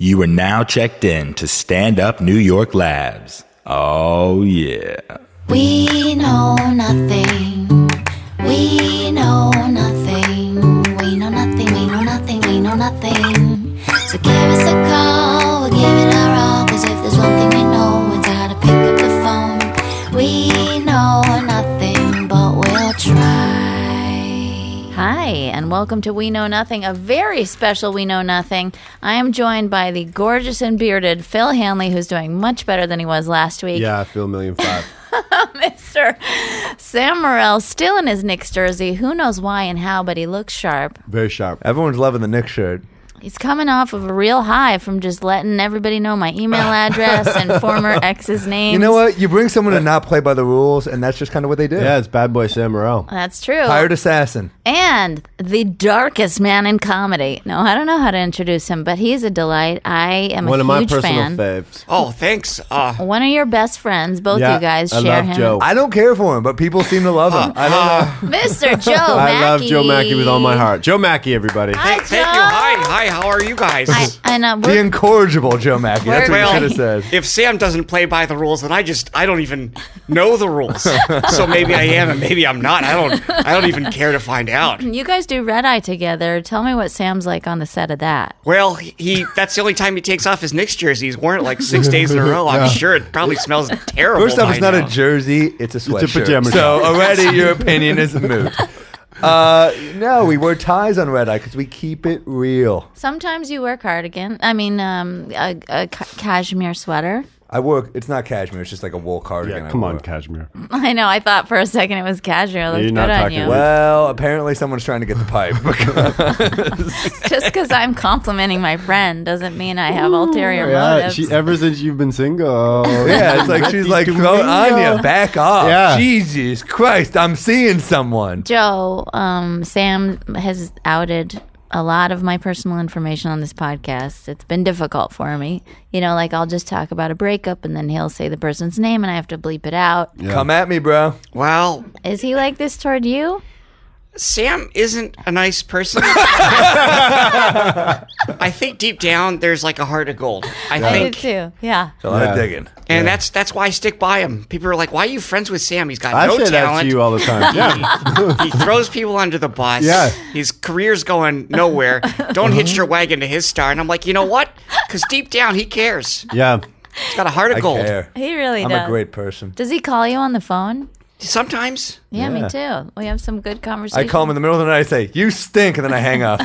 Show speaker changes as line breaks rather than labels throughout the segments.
You are now checked in to Stand Up New York Labs. Oh, yeah.
We know nothing. We know nothing. We know nothing. We know nothing. We know nothing. So give us a call. We'll give it our all. Cause if there's one thing we know, it's how to pick up the phone. We know nothing, but we'll try.
Hi, and welcome to We Know Nothing, a very special We Know Nothing. I am joined by the gorgeous and bearded Phil Hanley, who's doing much better than he was last week.
Yeah, I feel a million five.
Mr. Sam Morrell, still in his Knicks jersey. Who knows why and how, but he looks sharp.
Very sharp.
Everyone's loving the Knicks shirt.
He's coming off of a real high from just letting everybody know my email address and former ex's name.
You know what? You bring someone to not play by the rules, and that's just kind of what they do.
Yeah, it's Bad Boy Sam Morril.
That's true.
Hired assassin.
and the darkest man in comedy. No, I don't know how to introduce him, but he's a delight. I am
One
a
of my
huge
personal
fan.
faves.
Oh, thanks. Uh,
One of your best friends, both
Yeah,
you guys
I
share
love
him.
Joe.
I don't care for him, but people seem to love him. I don't know.
Mr. Joe
I
Mackey.
love Joe Mackey with all my heart. Joe Mackey, everybody.
Hi, Joe.
thank you. Hi, hi. How are you guys?
I, and uh,
The
we're,
incorrigible Joe Mackey. That's what you
Well-
should have said.
if Sam doesn't play by the rules, then I just I don't even know the rules. so maybe I am, and maybe I'm not. I don't. I don't even care to find out.
you guys do red eye together. Tell me what Sam's like on the set of that.
Well, he that's the only time he takes off his Knicks jersey. He's worn it like six days in a row. I'm sure it probably smells terrible.
First off, it's
by
not
now.
a jersey; it's a sweatshirt.
pajama
so already, your opinion is moved. Uh, no, we wear ties on red eye because we keep it real.
Sometimes you wear cardigan. I mean, um, a, a ca- cashmere sweater.
I work. It's not cashmere; it's just like a wool cardigan.
Yeah,
I
come on,
wore.
Cashmere.
I know. I thought for a second it was cashmere. It looked
You're
good
not
on
talking wet.
you.
Well, apparently someone's trying to get the pipe.
Just because I'm complimenting my friend doesn't mean I have ulterior
Yeah,
motives.
she, ever since you've been single.
Yeah, it's like she's like,
"Oh,
throw Anya, back off.
Yeah.
Jesus Christ, I'm seeing someone.
Joe, um, Sam has outed a lot of my personal information on this podcast. It's been difficult for me. You know, like I'll just talk about a breakup and then he'll say the person's name and I have to bleep it out.
Come at me, bro.
Well,
Is he like this toward you?
Sam isn't a nice person. I think deep down there's like a heart of gold. I think
too. Yeah.
A lot
Yeah.
of digging.
And that's that's why I stick by him. People are like, "Why are you friends with Sam? He's got
I
no
say that
talent.
to you all the time. Yeah.
he throws people under the bus.
Yeah.
his career's going nowhere. Don't hitch your wagon to his star." And I'm like, you know what? Because deep down, he cares.
yeah.
He's got a heart of
I
gold.
care.
He really
I'm
does.
a great person.
does he call you on the phone?
Sometimes
Yeah, me
Yeah.
too. We have some good
I
conversations.
call him in the middle of the night. I say, "You stink," and then I hang up.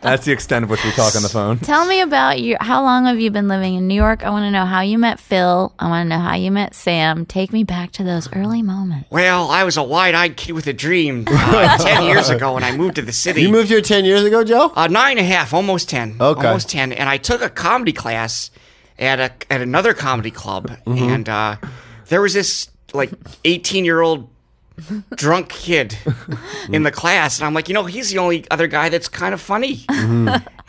That's the extent of which we talk on the phone.
Tell me about your. How long have you been living in New York? I want to know how you met Phil. I want to know how you met Sam. Take me back to those early moments.
Well, I was a wide-eyed kid with a dream uh, ten years ago when I moved to the city.
You moved here 10 years ago, Joe?
Uh, nine and a half, almost ten.
Okay.
Almost ten. And I took a comedy class at a at another comedy club, and uh, there was this like eighteen year old drunk kid in the class, and I'm like, you know, he's the only other guy that's kind of funny.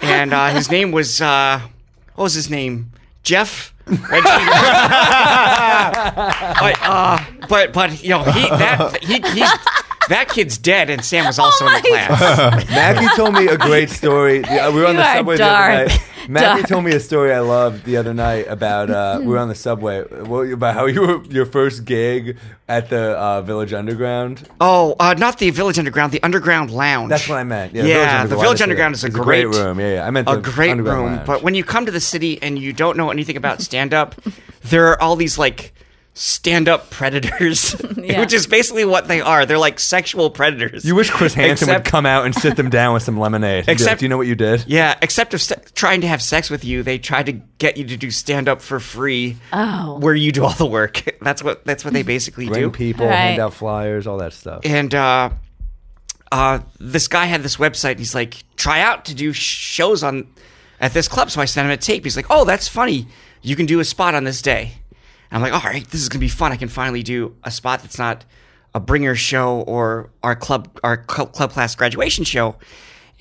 And uh, his name was uh, what was his name? Jeff. Reggie. but uh, but but you know he that he he's, that kid's dead, and Sam was also in the class.
Maggie told me a great story. Yeah, We were on
You
the
are
subway
dark.
the other night. Maggie
Dark.
told me a story I loved the other night about uh, we were on the subway what, about how you were your first gig at the uh, Village Underground.
Oh, uh, not the Village Underground, the Underground Lounge.
That's what I meant. Yeah,
Yeah, the
I
Village
said
Underground
it.
is a
It's
great-
room. Yeah, yeah. I meant
A
the
great
Underground
room,
Lounge.
but when you come to the city and you don't know anything about stand up, there are all these like stand up predators,
Yeah.
which is basically what they are. They're like sexual predators.
you wish Chris Hansen
Except-
would come out and sit them down with some lemonade. He'd be like,
Except-
do you know what you did?
Yeah, except if se- trying to have sex with you, they try to get you to do stand up for free,
Oh.
where you do all the work. That's what that's what they basically
Bring
do.
people,
Right.
hand out flyers, all that stuff.
and uh, uh, this guy had this website. And he's like, try out to do sh- shows on at this club. So I sent him a tape. He's like, oh, that's funny. You can do a spot on this day. And I'm like, all right, this is gonna be fun. I can finally do a spot that's not a bringer show or our club our cl- club class graduation show.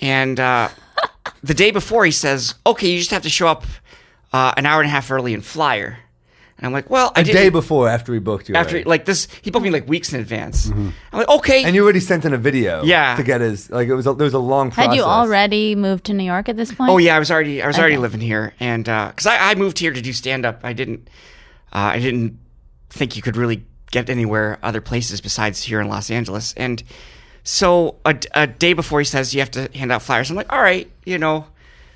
And uh, the day before, he says, okay, you just have to show up uh, an hour and a half early and flyer. And I'm like, well, I
A
did
day before Mm-hmm. after we booked you.
after
already.
like this, he booked me like weeks in advance. I'm like, okay,
and you already sent in a video.
Yeah.
To get his like it was a, there was a long process.
Had you already moved to New York at this point?
Oh yeah, I was already I was already
Okay.
living here, and because I, I moved here to do stand up, I didn't uh, I didn't think you could really get anywhere other places besides here in Los Angeles. And so a, d- a day before he says you have to hand out flyers, I'm like, all right, you know,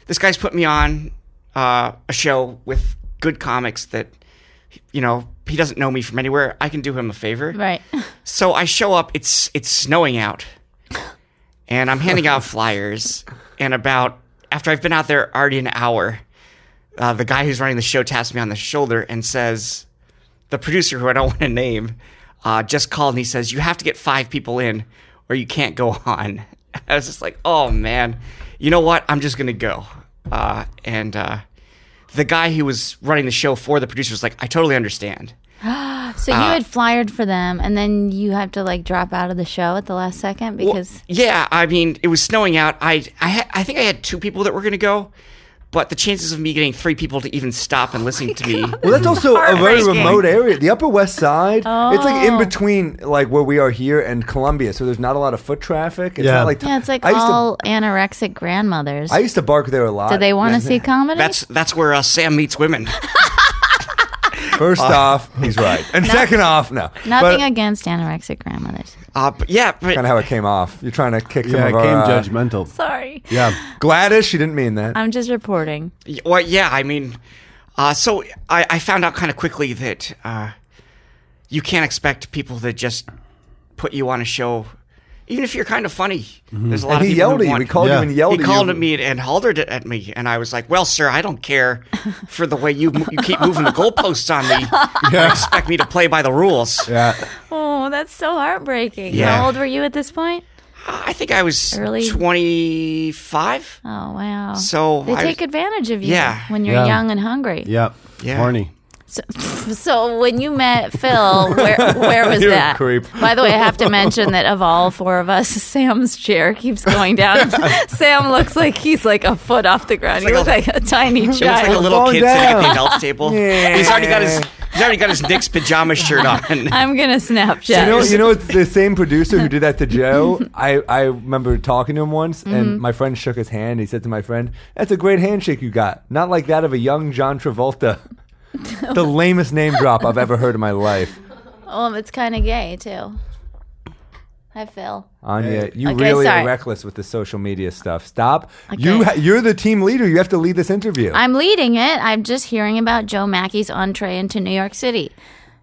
this guy's put me on uh, a show with good comics that you know he doesn't know me from anywhere. I can do him a favor,
Right.
so I show up. It's it's snowing out, and I'm handing out flyers. And about after I've been out there already an hour, uh, the guy who's running the show taps me on the shoulder and says, "The producer, who I don't want to name, uh, just called and he says you have to get five people in, or you can't go on." I was just like, "Oh man, you know what? I'm just gonna go." Uh, and uh, the guy who was running the show for the producer was like, "I totally understand."
So
Uh,
you had flyered for them, and then you had to like drop out of the show at the last second
Well,
because
yeah, I mean, it was snowing out. I I, ha- I think I had two people that were going to go, but the chances of me getting three people to even stop and listen to me.
Well, that's also a very
Heartbreaking.
remote area. The Upper West Side. It's like
Oh.
in between, like where we are here and Columbia. So there's not a lot of foot traffic. It's
Yeah.
not like
yeah, it's like
I used
all anorexic grandmothers.
to I used to bark there a lot.
Do they want to
And
see comedy?
That's that's where uh, Sam meets women.
First off, he's right, Uh, and second off, no.
Nothing
But
against anorexic grandmothers.
Uh, but yeah, but
kind of how it came off. You're trying to kick some
Yeah,
of
it
our.
came
uh,
judgmental.
Sorry,
Yeah.
Gladys, she didn't mean that.
I'm just reporting.
Y- Well, yeah, I mean, uh, so I, I found out kind of quickly that uh, you can't expect people to just put you on a show, even if you're kind of funny. There's a
Mm-hmm. and
lot of
he
people who
yelled at you.
want-
We called
Yeah.
you and yelled
he
at
called
you.
at me and hollered it at me, and I was like, "Well, sir, I don't care for the way you mo- you keep moving the goalposts on me. You expect me to play by the rules."
Yeah.
Oh, that's so heartbreaking.
Yeah.
How old were you at this point?
I think I was
Early-
twenty five.
Oh wow.
So
they
I
take
was-
advantage of you
Yeah.
when you're
Yeah.
young and hungry.
Yep.
Yeah.
Horny.
So, so when you met Phil, where where was
You're a
that?
creep.
By the way, I have to mention that of all four of us, Sam's chair keeps going down. Sam looks like he's like a foot off the ground.
It's
he looks
like
like a tiny
It looks
child.
like a little
Fall
kid sitting at the
down.
adult table.
Yeah.
He's already got his he's already got his Nick's pajama shirt on.
I'm gonna Snapchat.
You know, you know, it's the same producer who did that to Joe. I, I remember talking to him once,
Mm-hmm.
and my friend shook his hand. He said to my friend, "That's a great handshake you got. Not like that of a young John Travolta." the lamest name drop I've ever heard in my life.
Um, it's kind of gay too. Hi, Phil.
Anya, you
Okay,
really
sorry.
are reckless with the social media stuff. Stop.
Okay.
You ha- you're the team leader. You have to lead this interview.
I'm leading it. I'm just hearing about Joe Mackey's entree into New York City.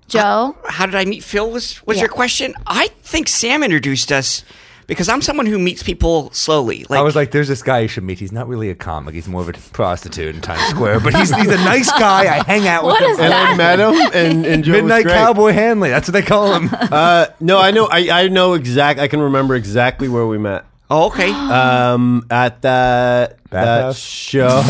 Joe,
how did I meet Phil was was
Yeah.
your question? I think Sam introduced us because I'm someone who meets people slowly. Like
I was like, there's this guy you should meet. He's not really a comic. He's more of a prostitute in Times Square, but he's, he's a nice guy. I hang out
What
with
is
him.
And I met him and, and Joe was
Midnight
great.
Cowboy Hanley. That's what they call him.
Uh, no, I know. I, I know exact. I can remember exactly where we met.
oh, okay.
Uh,
Um, at that that
Bathhouse?
show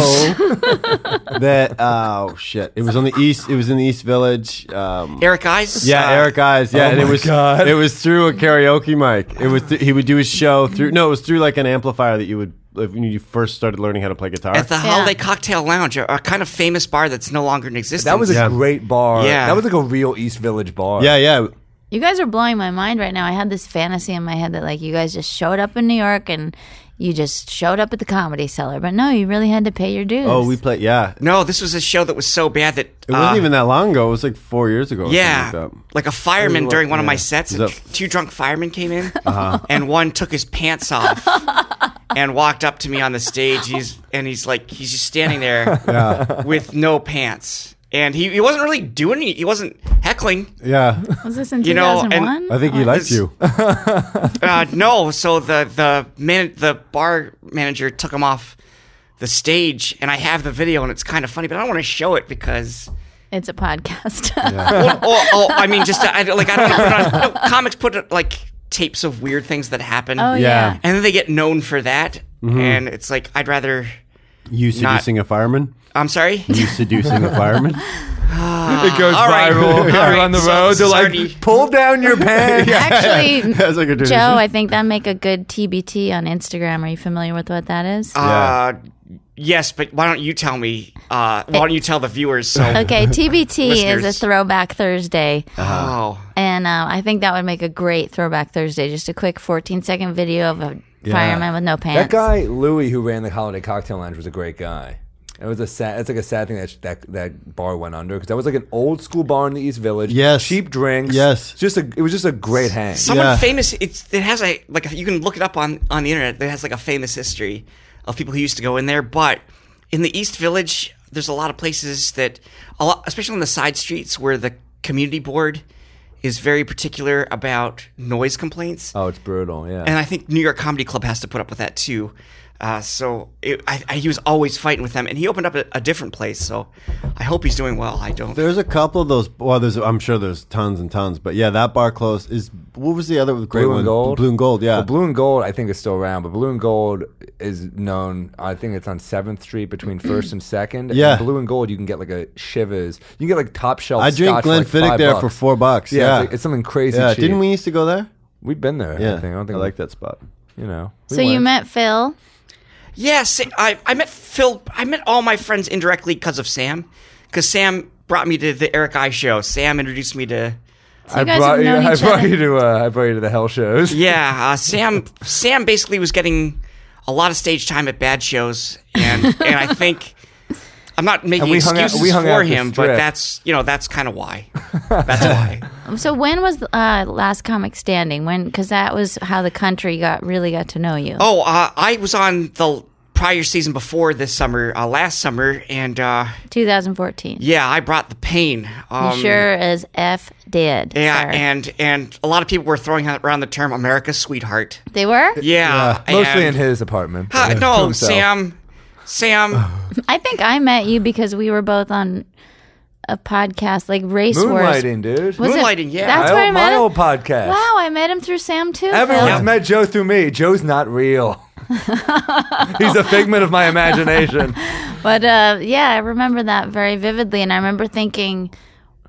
that oh shit, it was on the east. It was in the East Village. Um,
Eric Eyes.
yeah,
uh,
Eric Eyes. Yeah,
oh
and it
my
was
God.
it was through a karaoke mic. It was th- he would do his show through. No, it was through like an amplifier that you would like, when you first started learning how to play guitar.
At the Holiday Cocktail Lounge, a, a kind of famous bar that's no longer in existence.
That was a
Yeah.
great bar.
Yeah.
That was like a real East Village bar.
yeah, yeah.
you guys are blowing my mind right now. I had this fantasy in my head that like you guys just showed up in New York and you just showed up at the Comedy Cellar, but no, you really had to pay your dues.
Oh, we played. Yeah, it
no, this was a show that was so bad that it
wasn't even that long ago. It was like four years ago. or
Uh, Yeah,
something like that.
like a fireman during one of my sets,
Is
and
that- Uh-huh.
two drunk firemen came in, and one took his pants off and walked up to me on the stage. He's and he's like, he's just standing there with no pants, and he, he wasn't really doing any, he wasn't heckling.
yeah.
was this in
You know, and-
2001?
I
Oh,
think he liked you.
Uh, no, so the the man the bar manager took him off the stage, and I have the video, and it's kind of funny, but I don't want to show it because.
it's a podcast.
well, oh, oh, I mean, just I, like I don't know, put on, no, comics put like tapes of weird things that happen.
oh yeah.
Yeah.
and then they get known for that,
Mm-hmm.
and it's like I'd rather.
You seducing a fireman.
I'm sorry.
You seducing a fireman.
It goes
all right. All
viral. You're
right,
on the
so
road.
this
They're
is
like,
already-
pull down your pants.
Actually,
That's like a tradition.
Joe, I think that make a good TBT on Instagram. Are you familiar with what that is?
Uh, Yes, but why don't you tell me? Uh, why don't you tell the viewers? So,
Okay, TBT is a
Listeners.
throwback Thursday.
Uh-huh.
oh,
And uh, I think that would make a great throwback Thursday. Just a quick 14 second video of a fireman with no pants.
That guy Louis, who ran the Holiday Cocktail Lounge, was a great guy. It was a sad. It's like a sad thing that that that bar went under because that was like an old school bar in the East Village.
Yes.
cheap drinks.
Yes.
just a. It was just a great hang.
someone
Yeah.
famous. It's it has a like you can look it up on on the internet. It has like a famous history of people who used to go in there. But in the East Village, there's a lot of places that a lot, especially on the side streets, where the community board is very particular about noise complaints.
oh, it's brutal. Yeah,
and I think New York Comedy Club has to put up with that too. Uh, so it, I, I, he was always fighting with them, and he opened up a, a different place. So I hope he's doing well. I don't.
There's a couple of those. Well, there's I'm sure there's tons and tons, but yeah, that bar closed. Is what was the other great
Blue
one?
and Gold.
Blue and Gold. Yeah,
Well, Blue and Gold, I think is still around, but Blue and Gold is known. I think it's on Seventh Street between First and Second.
Yeah.
and Blue and Gold, you can get like a Shivers. You can get like top shelf.
I drink
scotch for, like,
Glenfiddich
five
there
bucks.
for four bucks.
Yeah,
Yeah,
It's, like, it's something crazy.
yeah.
cheap.
Didn't we used to go there?
We've been there.
Yeah,
I, think. I don't think
like that spot.
You know. we
so you
went.
met Phil.
Yes, I, I met Phil. I met all my friends indirectly because of Sam, because Sam brought me to the Eric I show. Sam introduced me to.
you
I
guys
brought
have
you.
known
I
each
brought
other.
you to. Uh, I brought you to the hell shows.
Yeah, uh, Sam. Sam basically was getting a lot of stage time at bad shows, and and I think. I'm not making
we hung out-
excuses
we hung out
for
at the
him, but
Strip.
that's you know that's kind of why. That's why.
So when was uh, last comic standing? When because that was how the country got really got to know you.
Oh, uh, I was on the prior season before this summer, uh, last summer, and uh,
2014.
yeah, I brought the pain. Um,
you sure as f did.
Yeah,
sir.
and and a lot of people were throwing out- around the term "America's sweetheart."
they were.
Yeah,
Mostly in
and-
his apartment.
Uh,
To
no,
himself.
Sam, Sam.
I think I met you because we were both on a podcast like Race Wars.
Moonlighting, dude.
Was it-
Moonlighting, yeah.
That's
I
where I
own
met
my
him.
old podcast.
Wow, I met him through Sam too.
Everyone's
Phil.
met Joe through me. Joe's not real. He's a figment of my imagination.
But uh, yeah, I remember that very vividly, and I remember thinking,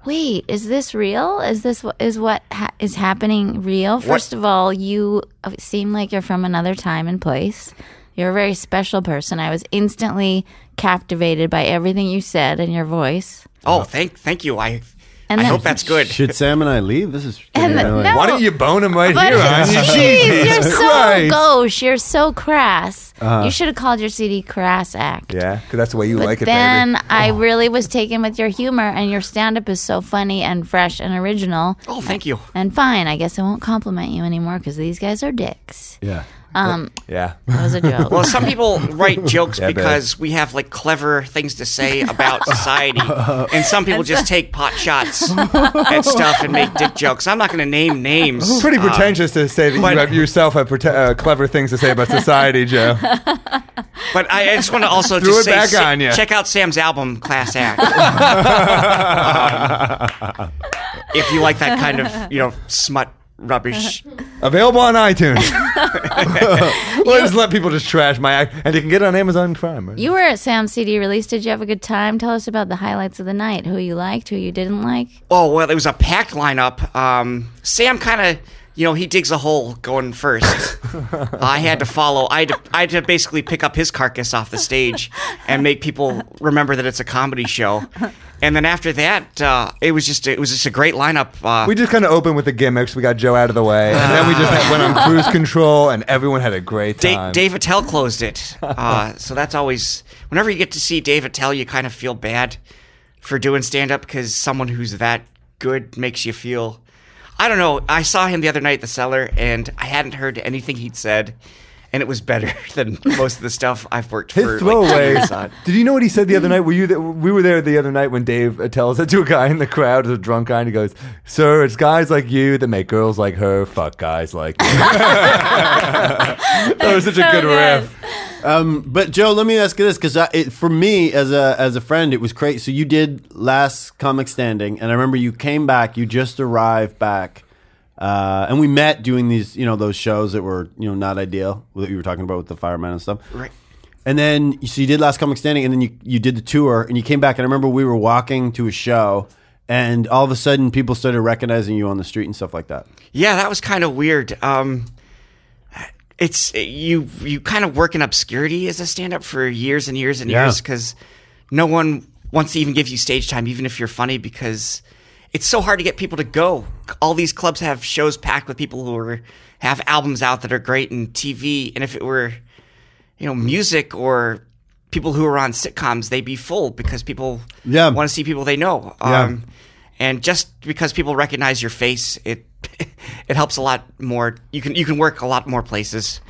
"Wait, is this real? Is this wh- is what ha- is happening real?" First of all, you uh, seem like you're from another time and place. You're a very special person. I was instantly captivated by everything you said and your voice.
Oh, thank thank you. I
And
I
then-
hope that's good.
Should Sam and I leave? This is
And the-
really-
no.
Why don't you bone him right
But
here? Anya?
jeez, you're so
Christ.
gauche. You're so crass. You should have called your CD "Crass Act."
Uh-huh. Yeah, because that's the way you
But
like it, Oh.
then I really was taken with your humor, and your stand up is so funny and fresh and original.
Oh, thank you.
And fine, I guess I won't compliment you anymore because these guys are dicks.
Yeah.
Um,
baby. Yeah.
that was a joke.
Well, some people write jokes
I bet.
because we have like clever things to say about society, and some people just take pot shots at stuff and make dick jokes. I'm not going to name names.
Pretty
Uh,
pretentious to say that you
but-
have yourself have prete- uh, clever things to say about society, Joe.
But I, I just want to also
Threw
just
it
say,
back
Sa-
on ya.
check out Sam's album, Class Act. Um, if you like that kind of you know smut rubbish,
Available on iTunes. well, I just let people just trash my act, and you can get it on Amazon Prime. Right?
you were at Sam's CD release. Did you have a good time? Tell us about the highlights of the night. Who you liked, who you didn't like.
oh well, it was a packed lineup. Um, Sam kind of you know he digs a hole going first. I had to follow. I had to, I had to basically pick up his carcass off the stage and make people remember that it's a comedy show. And then after that, uh, it was just it was just a great lineup. Uh,
We just kind of opened with the gimmicks. We got Joe out of the way, and then we just
Ah.
went on cruise control, and everyone had a great
Da-
time.
Dave Attell closed it. Uh, so that's always, whenever you get to see Dave Attell, you kind of feel bad for doing stand up because someone who's that good makes you feel. I don't know. I saw him the other night at the cellar and I hadn't heard anything he'd said. And it was better than most of the stuff I've worked
His
for. like, two
throwaways.
years on.
Did you know what he said the other night? Were you there? We were there the other night when Dave uh, tells that to a guy in the crowd, a drunk guy, and he goes, "Sir, it's guys like you that make girls like her fuck guys like." You. that was such a
so
good
good.
riff.
Um, but Joe, let me ask you this because it for me as a as a friend, it was great. So you did last comic standing, and I remember you came back. You just arrived back, uh, and we met doing these you know those shows that were you know not ideal that you were talking about with the fireman and stuff.
Right.
And then so you did last comic standing, and then you you did the tour, and you came back, and I remember we were walking to a show. And all of a sudden, people started recognizing you on the street and stuff like that.
Yeah, that was kind of weird. Um, it's you you kind of work in obscurity as a stand-up for years and years and
Yeah.
years because no one wants to even give you stage time even if you're funny because it's so hard to get people to go all these clubs have shows packed with people who are have albums out that are great and tv and if it were you know music or people who are on sitcoms they'd be full because people
Yeah.
want to see people they know
Yeah.
um, and just because people recognize your face, it it helps a lot more. You can you can work a lot more places,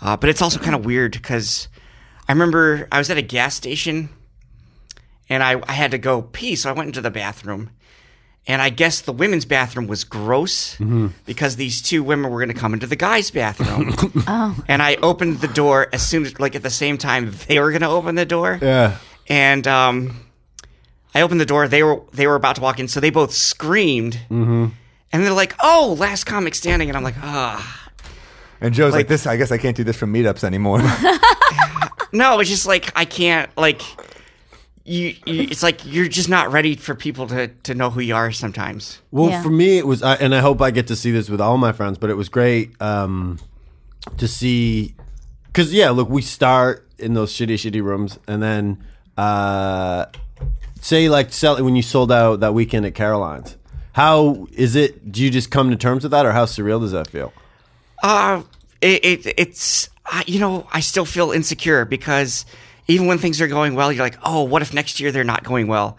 uh, but it's also kind of weird because I remember I was at a gas station and I, I had to go pee, so I went into the bathroom, and I guess the women's bathroom was gross
Mm-hmm.
because these two women were going to come into the guys' bathroom, and I opened the door as soon as like at the same time they were going to open the door,
Yeah.
and um, I opened the door. They were they were about to walk in, so they both screamed. Mm-hmm. And they're like, "Oh, last comic standing," and I'm like, "Ah,
And Joe's like,
Like-
this. I guess I can't do this from meetups anymore.
no." It's just like I can't like you. you it's like you're just not ready for people to to know who you are sometimes.
Well,
Yeah.
for me, it was, I, and I hope I get to see this with all my friends, but it was great um, to see. Because, yeah, look, we start in those shitty, shitty rooms, and then, uh, say, like, sell, when you sold out that weekend at Caroline's, how is it? Do you just come to terms with that, or how surreal does that feel?
Uh, it, it it's I, you know I still feel insecure because even when things are going well, you're like, oh, what if next year they're not going well?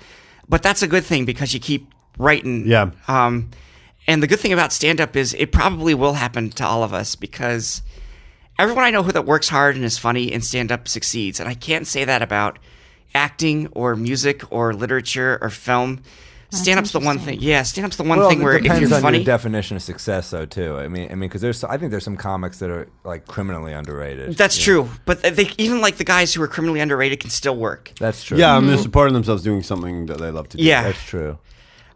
But that's a good thing because you keep writing.
Yeah.
Um, and the good thing about stand up is it probably will happen to all of us because everyone I know who that works hard and is funny in stand up succeeds, and I can't say that about acting or music or literature or film. Stand up's the one thing. Yeah, stand up's the one thing where
it
if you're
depends on
funny,
your definition of success, though. Too. I mean, I mean, because there's, I think there's some comics that are like criminally underrated.
That's true, but they, even like the guys who are criminally underrated can still work.
That's true.
Yeah, I'm just supporting themselves doing something that they love to do.
Yeah,
that's true.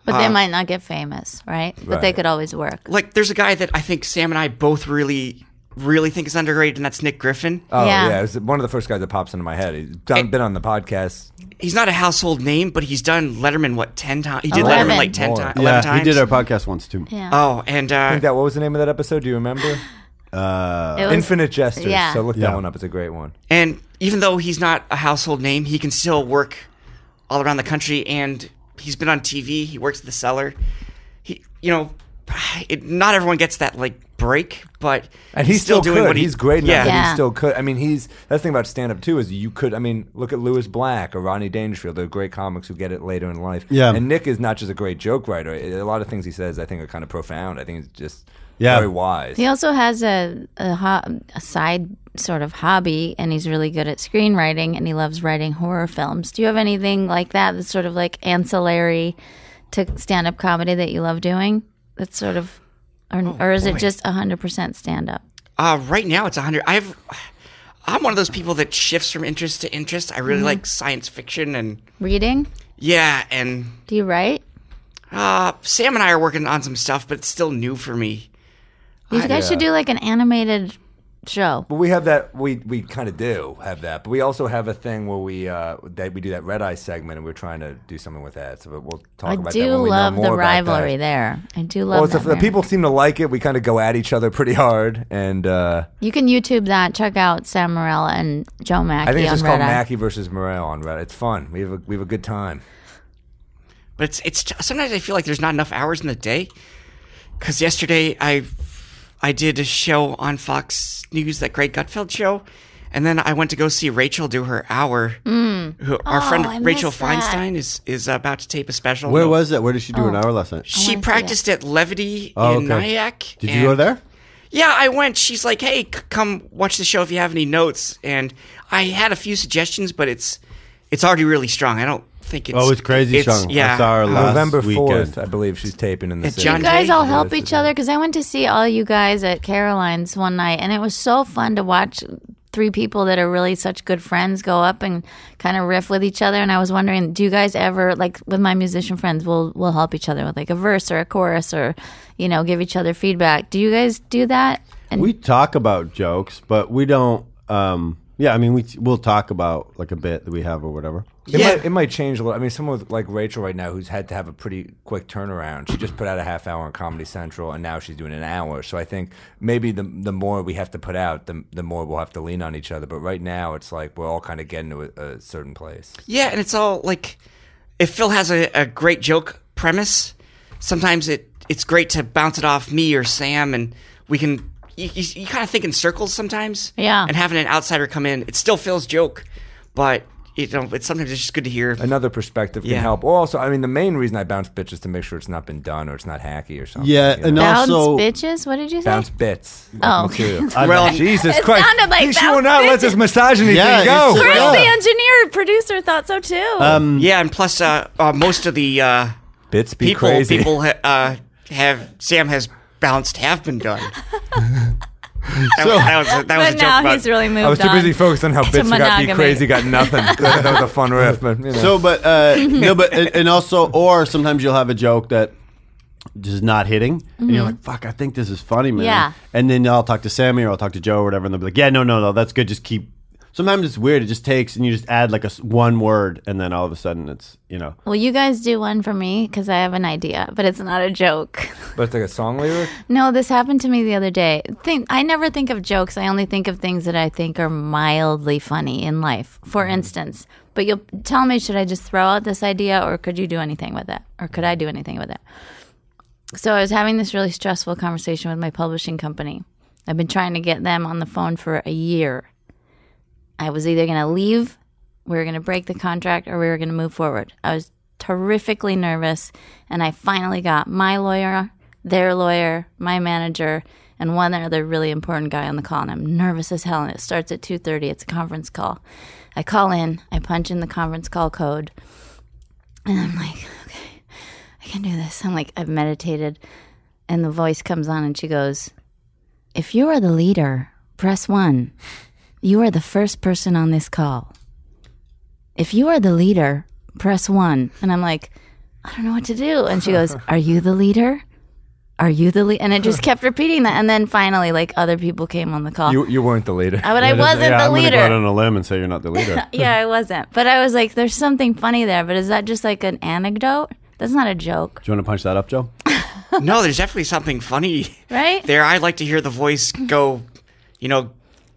But they might not get famous, right? But they
Right.
could always work.
like there's a guy that I think Sam and I both really, really think is underrated, and that's Nick Griffin.
Oh
Yeah.
yeah. it's one of the first guys that pops into my head. He's done, been on the podcast.
He's not a household name, but he's done Letterman what ten times? He did
Eleven.
Letterman like ten
More.
times,
Yeah,
eleven times.
he did our podcast once too.
Yeah.
oh, and
I
uh,
think that what was the name of that episode? Do you remember?
It was-
Infinite Jesters.
yeah.
So look
Yeah.
that one up. It's a great one.
and even though he's not a household name, he can still work all around the country, and he's been on TV. He works at the cellar. He, you know, it, not everyone gets that like break, but
And he's, still,
doing
could.
what he-
he's great enough
Yeah.
that
Yeah.
he still could. I mean, he's that's the thing about stand up too is you could. I mean, look at Lewis Black or Ronnie Dangerfield. They're great comics who get it later in life.
Yeah.
And Nick is not just a great joke writer. A lot of things he says, I think, are kind of profound. I think he's just
Yeah.
very wise.
He also has a a, ho- a side sort of hobby, and he's really good at screenwriting, and he loves writing horror films. Do you have anything like that that's sort of like ancillary to stand up comedy that you love doing? That's sort of, or, or is it just hundred percent stand up?
Uh, right now it's 100. I've I'm one of those people that shifts from interest to interest. I
Mm-hmm.
really like science fiction and
Reading?
yeah, and
Do you write?
uh, Sam and I are working on some stuff, but it's still new for me.
You guys should do like an animated show.
But we have that. We we kind of do have that. But we also have a thing where we uh that we do that red eye segment, and we're trying to do something with that. So we'll talk
I
about
do
that. when we know
love
more
the
about that.
rivalry there. I do love
Well, it's
that.
the
there.
people seem to like it. We kind of go at each other pretty hard, and uh,
you can YouTube that. Check out Sam Morella and Joe Mackey
I think it's
on
just called
Red Eye.
Mackey versus Morel on Reddit. It's fun. We have a, we have a good time.
But it's it's t- sometimes I feel like there's not enough hours in the day. Cuz yesterday I I did a show on Fox News, that Greg Gutfeld show, and then I went to go see Rachel do her hour. Who, our
Oh,
friend
I
Rachel
missed that.
Feinstein is is about to tape a special.
Where was it? Where did she do an hour last night?
wanna see
she
it.
practiced at Levity
Oh,
in
okay.
Nyack.
Did you go
and-
there?
Yeah, I went. She's like, "Hey, c- come watch the show if you have any notes." And I had a few suggestions, but it's it's already really strong. I don't think it's
Oh, it's crazy strong.
Yeah,
I saw her last
November
weekend.
fourth, I believe she's taping in the
At
city.
John
You guys
Jay.
all
Yeah,
help
this
each
is-
other because I went to see all you guys at Caroline's one night, and it was so fun to watch three people that are really such good friends go up and kind of riff with each other. And I was wondering, do you guys ever like with my musician friends? We'll we'll help each other with like a verse or a chorus, or you know, give each other feedback. Do you guys do that? And
we talk about jokes, but we don't. Um, yeah, I mean, we we'll talk about like a bit that we have or whatever.
It,
Yeah.
might, it might change a little. I mean, someone with, like Rachel right now, who's had to have a pretty quick turnaround. She just put out a half hour on Comedy Central, and now she's doing an hour. So I think maybe the the more we have to put out, the the more we'll have to lean on each other. But right now, it's like we're all kind of getting to a, a certain place.
Yeah, and it's all like if Phil has a, a great joke premise, sometimes it it's great to bounce it off me or Sam, and we can you, you, you kind of think in circles sometimes.
Yeah.
and having an outsider come in, it's still Phil's joke, but you know, it's sometimes it's just good to hear.
Another perspective can
Yeah.
help. Or also, I mean, the main reason I bounce bitch is to make sure it's not been done or it's not hacky or something.
Yeah,
you know?
and
Bounce
also
bitches? What did you say?
bounce bits. like
Oh.
material.
Well,
Jesus
It
Christ!
sounded like
he she will
bounce
not let
bitches.
this misogyny
Yeah,
thing go.
it's-
Chris,
Yeah.
the engineer producer, thought so too.
yeah, and plus uh, uh, most of the uh,
Bits be
people
crazy.
people ha- uh, have Sam has bounced have been done. that, was, that was a, that was a
but
joke
now
about-
he's really moved
I was too
on.
busy focused on how bits got be
monogamy.
crazy got nothing. that was a fun riff, but you know.
So, but uh, no, but and and also, or sometimes you'll have a joke that is not hitting, and you're like, "Fuck, I think this is funny, man."
Mm-hmm. Yeah.
And then I'll talk to Sammy or I'll talk to Joe or whatever, and they'll be like, "Yeah, no, no, no, that's good. Just keep." Sometimes it's weird. It just takes, and you just add like a s- one word, and then all of a sudden it's you know.
Well, you guys do one for me because I have an idea, but it's not a joke.
but it's like a song lyric.
No, this happened to me the other day. Think I never think of jokes. I only think of things that I think are mildly funny in life. For instance, but you'll tell me should I just throw out this idea or could you do anything with it? Or could I do anything with it? So I was having this really stressful conversation with my publishing company. I've been trying to get them on the phone for a year. I was either going to leave, we were going to break the contract, or we were going to move forward. I was terrifically nervous, and I finally got my lawyer, their lawyer, my manager, and one other really important guy on the call. And I'm nervous as hell. And it starts at 2:30. It's a conference call. I call in. I punch in the conference call code, and I'm like, okay, I can do this. I'm like, I've meditated, and the voice comes on, and she goes, "If you are the leader, press one." You are the first person on this call. If you are the leader, press one. And I'm like, I don't know what to do. And she goes, Are you the leader? Are you the lead? And it just kept repeating that. And then finally, like other people came on the call.
You you weren't the leader.
I, but I
Yeah,
wasn't
yeah,
the
I'm
leader.
Gonna go out on a limb and say you're not the leader.
yeah, I wasn't. But I was like, There's something funny there. But is that just like an anecdote? That's not a joke,
Do you want to punch that up, Joe?
No, there's definitely something funny.
right?
there i like to hear the voice go you know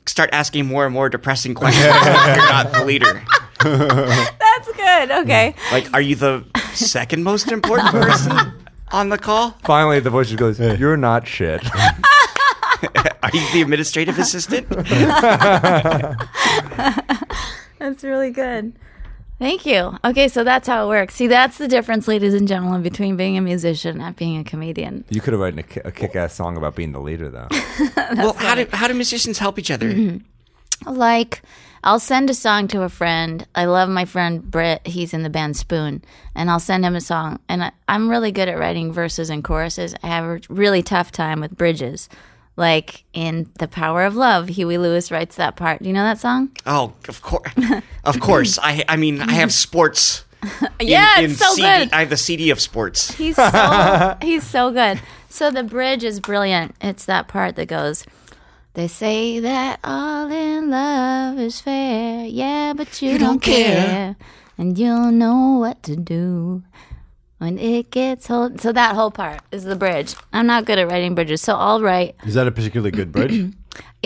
start asking more and more depressing questions if you're not the leader
That's good. Okay.
like are you the second most important person on the call
Finally, the voice just goes, "You're not shit."
are you the administrative assistant
That's really good. Thank you. Okay, so that's how it works. See, that's the difference, ladies and gentlemen, between being a musician and being a comedian.
you could have written a, ki- a kick-ass song about being the leader, though.
well how do, how do musicians help each other
Mm-hmm. like I'll send a song to a friend. I love my friend Britt. He's in the band Spoon, and I'll send him a song. And I, I'm really good at writing verses and choruses. I have a really tough time with bridges. Like in The Power of Love, Huey Lewis writes that part. Do you know that song?
oh of course of course i i mean i have sports in-
yeah,
in
it's so
CD
good.
i have the cd of sports
He's so he's so good. So the bridge is brilliant. It's that part that goes. They say that all in love is fair, yeah, but you, don't, care. and you'll know what to do when it gets hold. So that whole part is the bridge. I'm not good at writing bridges, so I'll write
Is that a particularly good bridge?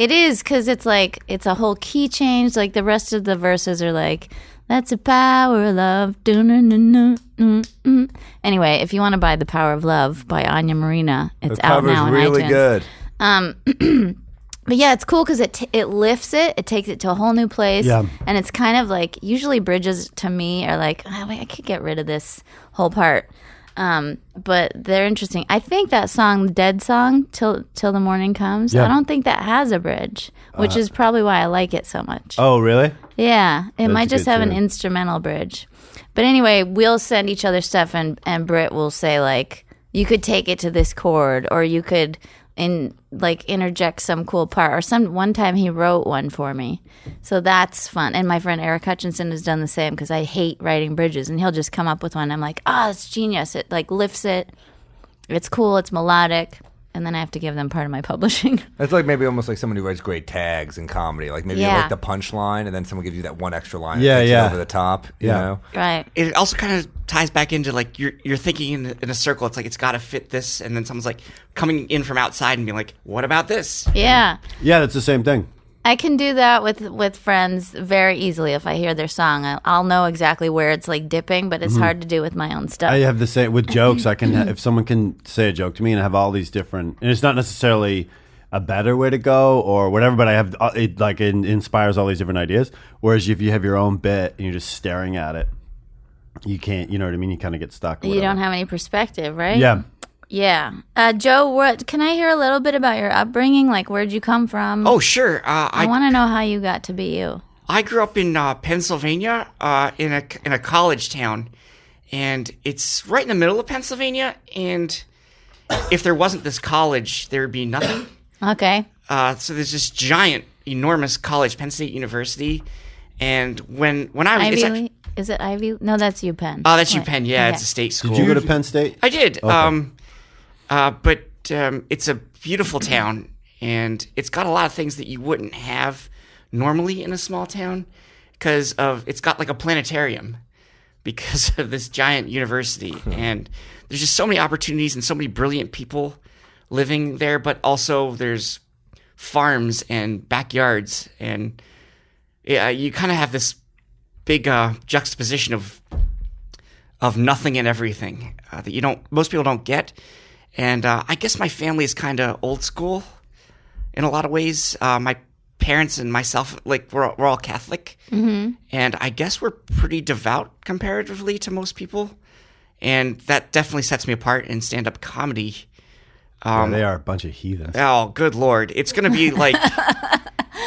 it is because it's like it's a whole key change. Like the rest of the verses are like, "That's a power of love." Doo-doo-doo-doo-doo-doo. Anyway, if you want to buy "The Power of Love" by Anya Marina, it's
The
out
cover's
now on
really
iTunes.
good.
But yeah, it's cool because it t- it lifts it, it takes it to a whole new place,
Yeah.
and it's kind of like usually bridges to me are like, oh, wait, I could get rid of this whole part, um, but they're interesting. I think that song, the Dead Song, till till the morning comes.
Yeah. Uh,
I don't think that has a bridge, which is probably why I like it so much.
oh, really?
Yeah, it might just
good
have an
tune.
instrumental bridge. But anyway, we'll send each other stuff, and and Britt will say like, you could take it to this chord, or you could in like interject some cool part, or some one time he wrote one for me, so that's fun. And my friend Eric Hutchinson has done the same because I hate writing bridges, and he'll just come up with one. I'm like, ah, it's genius. It like lifts it. It's cool. It's melodic. and then I have to give them part of my publishing.
That's like maybe almost like someone who writes great tags in comedy. Like maybe you
Yeah.
like the punchline, and then someone gives you that one extra line.
Yeah,
that takes it
yeah.
over the top. You
Yeah.
know,
right.
It also kind of ties back into like you're you're thinking in, in a circle. It's like it's got to fit this, and then someone's like coming in from outside and being like, "What about this?"
Yeah.
Yeah, that's the same thing.
I can do that with with friends very easily if I hear their song. I, I'll know exactly where it's like dipping, but it's
Mm-hmm.
hard to do with my own stuff.
I have the same with jokes. I can if someone can say a joke to me and I have all these different, and it's not necessarily a better way to go or whatever, but I have uh, it like it inspires all these different ideas. Whereas if you have your own bit and you're just staring at it, you can't. You know what I mean? You kind of get stuck. or
you don't
whatever.
have any perspective, right?
Yeah.
Yeah. Uh, Joe, what can I hear a little bit about your upbringing? Like, where'd you come from?
Oh, sure. Uh,
I
I
want to know how you got to be you.
I grew up in uh, Pennsylvania, uh, in a in a college town, and it's right in the middle of Pennsylvania. And if there wasn't this college, there would be nothing.
Okay.
Uh, so there's this giant, enormous college, Penn State University. And when when I was,
Ivy
it's
League? Is it Ivy? No, that's UPenn.
oh, that's
Wait,
UPenn. Yeah,
okay.
it's a state school.
Did you go to Penn State?
I did. Um, uh, but um, it's a beautiful town, and it's got a lot of things that you wouldn't have normally in a small town because of it's got like a planetarium because of this giant university,
Hmm.
and there's just so many opportunities and so many brilliant people living there. But also there's farms and backyards, and yeah, you kind of have this big uh, juxtaposition of of nothing and everything uh, that you don't most people don't get and uh, i guess my family is kind of old school in a lot of ways uh, my parents and myself like we're, all- we're all catholic and i guess we're pretty devout comparatively to most people and that definitely sets me apart in stand-up comedy
Yeah, they are a bunch of heathens.
oh good lord it's gonna be like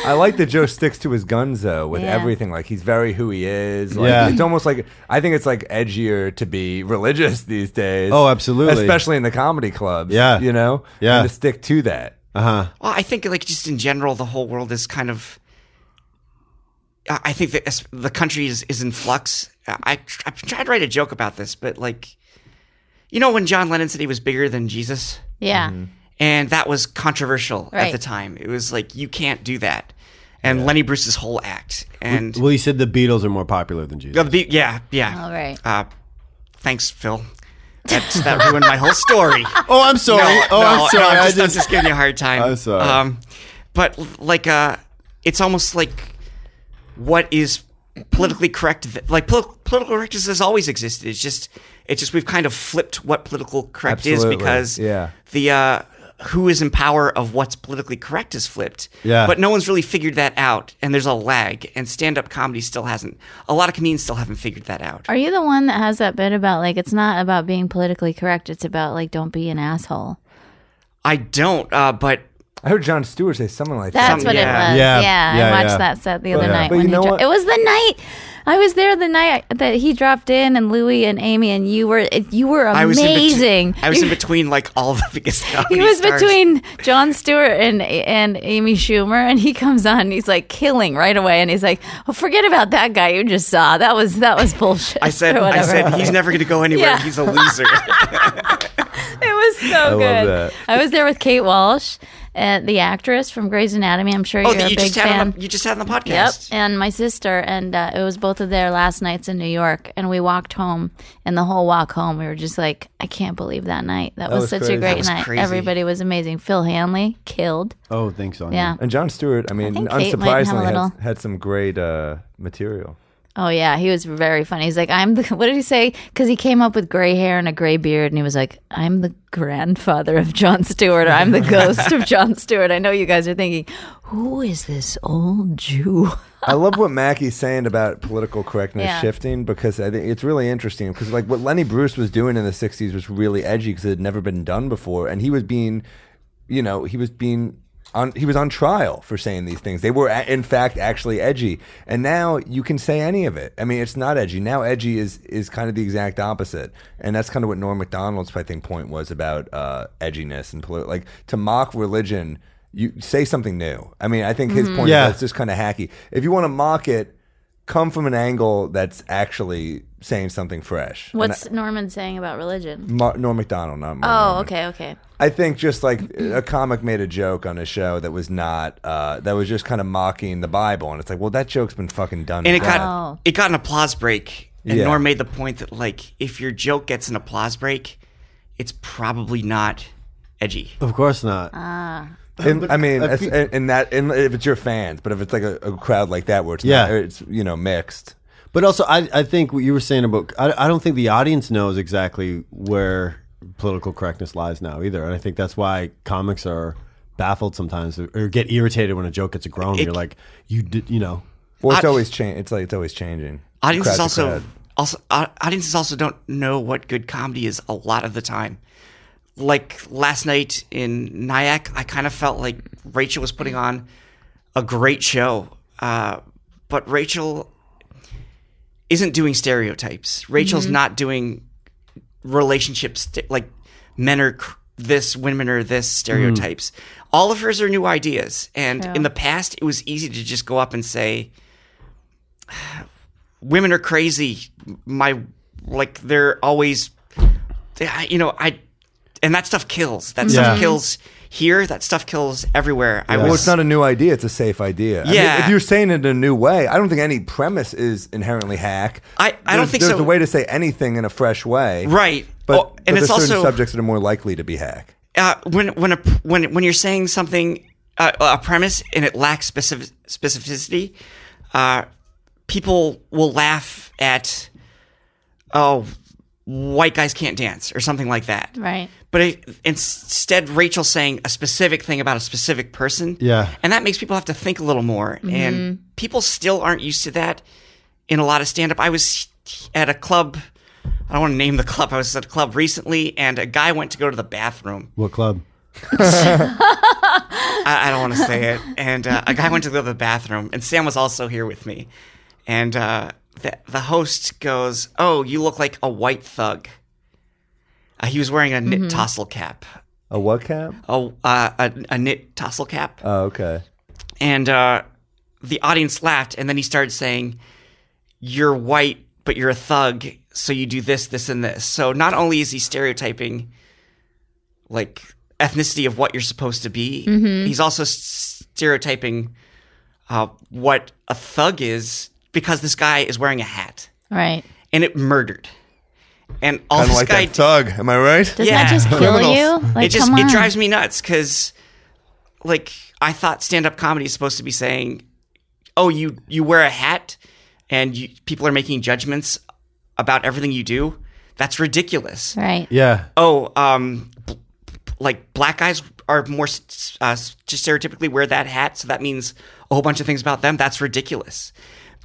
I like that Joe sticks to his guns though with
Yeah.
everything. Like he's very who he is. Like,
Yeah.
it's almost like I think it's like edgier to be religious these days.
Oh, absolutely.
especially in the comedy clubs.
Yeah.
you know,
Yeah.
and to stick to that.
Well, I think like just in general, the whole world is kind of. I I think that as- the country is, is in flux. I I tr- I've tried to write a joke about this, but like, you know, when John Lennon said he was bigger than Jesus,
Yeah.
Mm-hmm. and that was controversial at
Right.
the time. It was like you can't do that, and Lenny Bruce's whole act, and
Well, he said the Beatles are more popular than
yeah,
Jesus.
the be- yeah, yeah.
All right.
Uh, thanks, Phil. That that ruined my whole story.
Oh, I'm sorry. oh,
no,
I'm sorry.
No, I'm,
I
just, I'm
just-
just giving you a hard time.
I'm sorry.
Um, but like, uh, it's almost like what is politically correct. th- Like pol- political correctness has always existed. It's just, it's just we've kind of flipped what political correct
Absolutely.
is because
Yeah.
the uh, who is in power of what's politically correct is flipped.
Yeah.
But no one's really figured that out, and there's a lag. And stand-up comedy still hasn't. A lot of comedians still haven't figured that out.
Are you the one that has that bit about like it's not about being politically correct? It's about like don't be an asshole.
I don't. Uh, but
I heard John Stewart say something like
That's
Some-
what
yeah.
it was.
Yeah,
Yeah,
yeah,
I watched
yeah.
that set the other
But-
night.
but
when
you
he
know
dro-
what?
It was the night I was there the night that he dropped in, and Louie and Amy and you were it- you were
I was In
amazing.
between, I was in between like all the biggest.
he
comedy
was
stars.
between John Stewart and and Amy Schumer, and he comes on, and he's like killing right away, and he's like, oh, "Forget about that guy you just saw. That was that was bullshit."
I said,
or
I
whatever.
said, he's never going to go anywhere.
Yeah.
He's a loser.
It was so
love
good.
that.
I was there with Kate Walsh, uh, the actress from Grey's Anatomy. I'm sure
oh,
you're
that
a
you
big
just had
fan.
on the, you just had on the
Yep,
podcast.
and my sister, and uh, it was both of their last nights in New York, and we walked home, and the whole walk home, we were just like, I can't believe that night. That, was,
was
such
crazy.
a
That
great
was
night.
crazy.
Everybody was amazing. Phil Hanley killed.
oh, thanks, Sonia.
Yeah.
And John Stewart, I mean,
think Kate might have a
unsurprisingly,
little-
had, had some great uh, material.
Oh yeah, he was very funny. He's like, I'm the. What did he say? Because he came up with gray hair and a gray beard, and he was like, I'm the grandfather of John Stewart, or I'm the ghost of John Stewart. I know you guys are thinking, who is this old Jew?
I love what Mackie's saying about political correctness
Yeah.
shifting because I think it's really interesting because like what Lenny Bruce was doing in the '60s was really edgy because it had never been done before, and he was being, you know, he was being. On, he was on trial for saying these things. They were, a- in fact, actually edgy. And now you can say any of it. I mean, it's not edgy now. Edgy is is kind of the exact opposite, and that's kind of what Norm Macdonald's I think point was about uh, edginess and polit- like to mock religion. You say something new. I mean, I think his point
Yeah.
yeah. is just kind of hacky. If you want to mock it, come from an angle that's actually saying something fresh. And
What's Norman saying about religion?
Ma- Norm Macdonald, not Mark
Oh,
Norman.
okay, okay.
I think just like a comic made a joke on a show that was not uh, that was just kind of mocking the Bible, and it's like, well, that joke's been fucking done.
and it
to
got
death.
Oh.
it got an applause break. And
Yeah.
Norm made the point that like if your joke gets an applause break, it's probably not edgy.
Of course not.
Ah.
And, I mean,
I
that's-
feel-
and, and that and if it's your fans, but if it's like a, a crowd like that where it's
Yeah.
not, it's you know mixed.
But also, I, I think what you were saying about I, I don't think the audience knows exactly where political correctness lies now either, and I think that's why comics are baffled sometimes or get irritated when a joke gets a groan.
It-
You're like, you did, you know,
Well, it's
I-
always changing. It's like it's always changing.
Audiences
Crowd to
also
crowd.
also au- audiences also don't know what good comedy is a lot of the time. Like last night in Nyack, I kind of felt like Rachel was putting on a great show, uh, but Rachel isn't doing stereotypes. Rachel's not doing relationships st- like men are cr- this women are this stereotypes all of hers are new ideas and in the past it was easy to just go up and say women are crazy my like they're always I- you know i and that stuff kills that stuff
Yeah.
kills here that stuff kills everywhere i
Well,
was
it's not a new idea. It's a safe idea. I mean,
Yeah.
if you're saying it in a new way, I don't think any premise is inherently hack.
I- I don't
There's-
think
there's
so.
a way to say anything in a fresh way.
right
But,
Oh,
but
and it's
there's certain
also
subjects that are more likely to be hack.
uh, when when a when when you're saying something uh, a premise and it lacks specific specificity, uh, people will laugh at oh white guys can't dance or something like that.
Right.
But it, instead, Rachel saying a specific thing about a specific person.
Yeah.
And that makes people have to think a little more. And people still aren't used to that in a lot of stand up. I was at a club. I don't want to name the club. I was at a club recently, and a guy went to go to the bathroom.
what club?
I, I don't want to say it. And uh, a guy went to go to the bathroom, and Sam was also here with me. And uh, the, the host goes, "Oh, you look like a white thug." Uh, he was wearing a knit tassel cap,
A what cap?
a, uh, a a knit tassel cap,
Oh, okay.
and uh, the audience laughed. And then he started saying, "You're white, but you're a thug, so you do this, this, and this." So not only is he stereotyping, like ethnicity of what you're supposed to be, he's also s- stereotyping uh, what a thug is because this guy is wearing a hat,
Right.
and it murdered. And all
Kind of
this
like
guy
that thug. Am I right?
Doesn't
Yeah.
that just kill
Criminals.
you? Like,
it just
come on.
it drives me nuts because like i thought stand-up comedy is supposed to be saying oh you you wear a hat and you, people are making judgments about everything you do that's ridiculous
Right.
Yeah,
oh um b- b- like black guys are more s- uh, s- just stereotypically wear that hat so that means a whole bunch of things about them that's ridiculous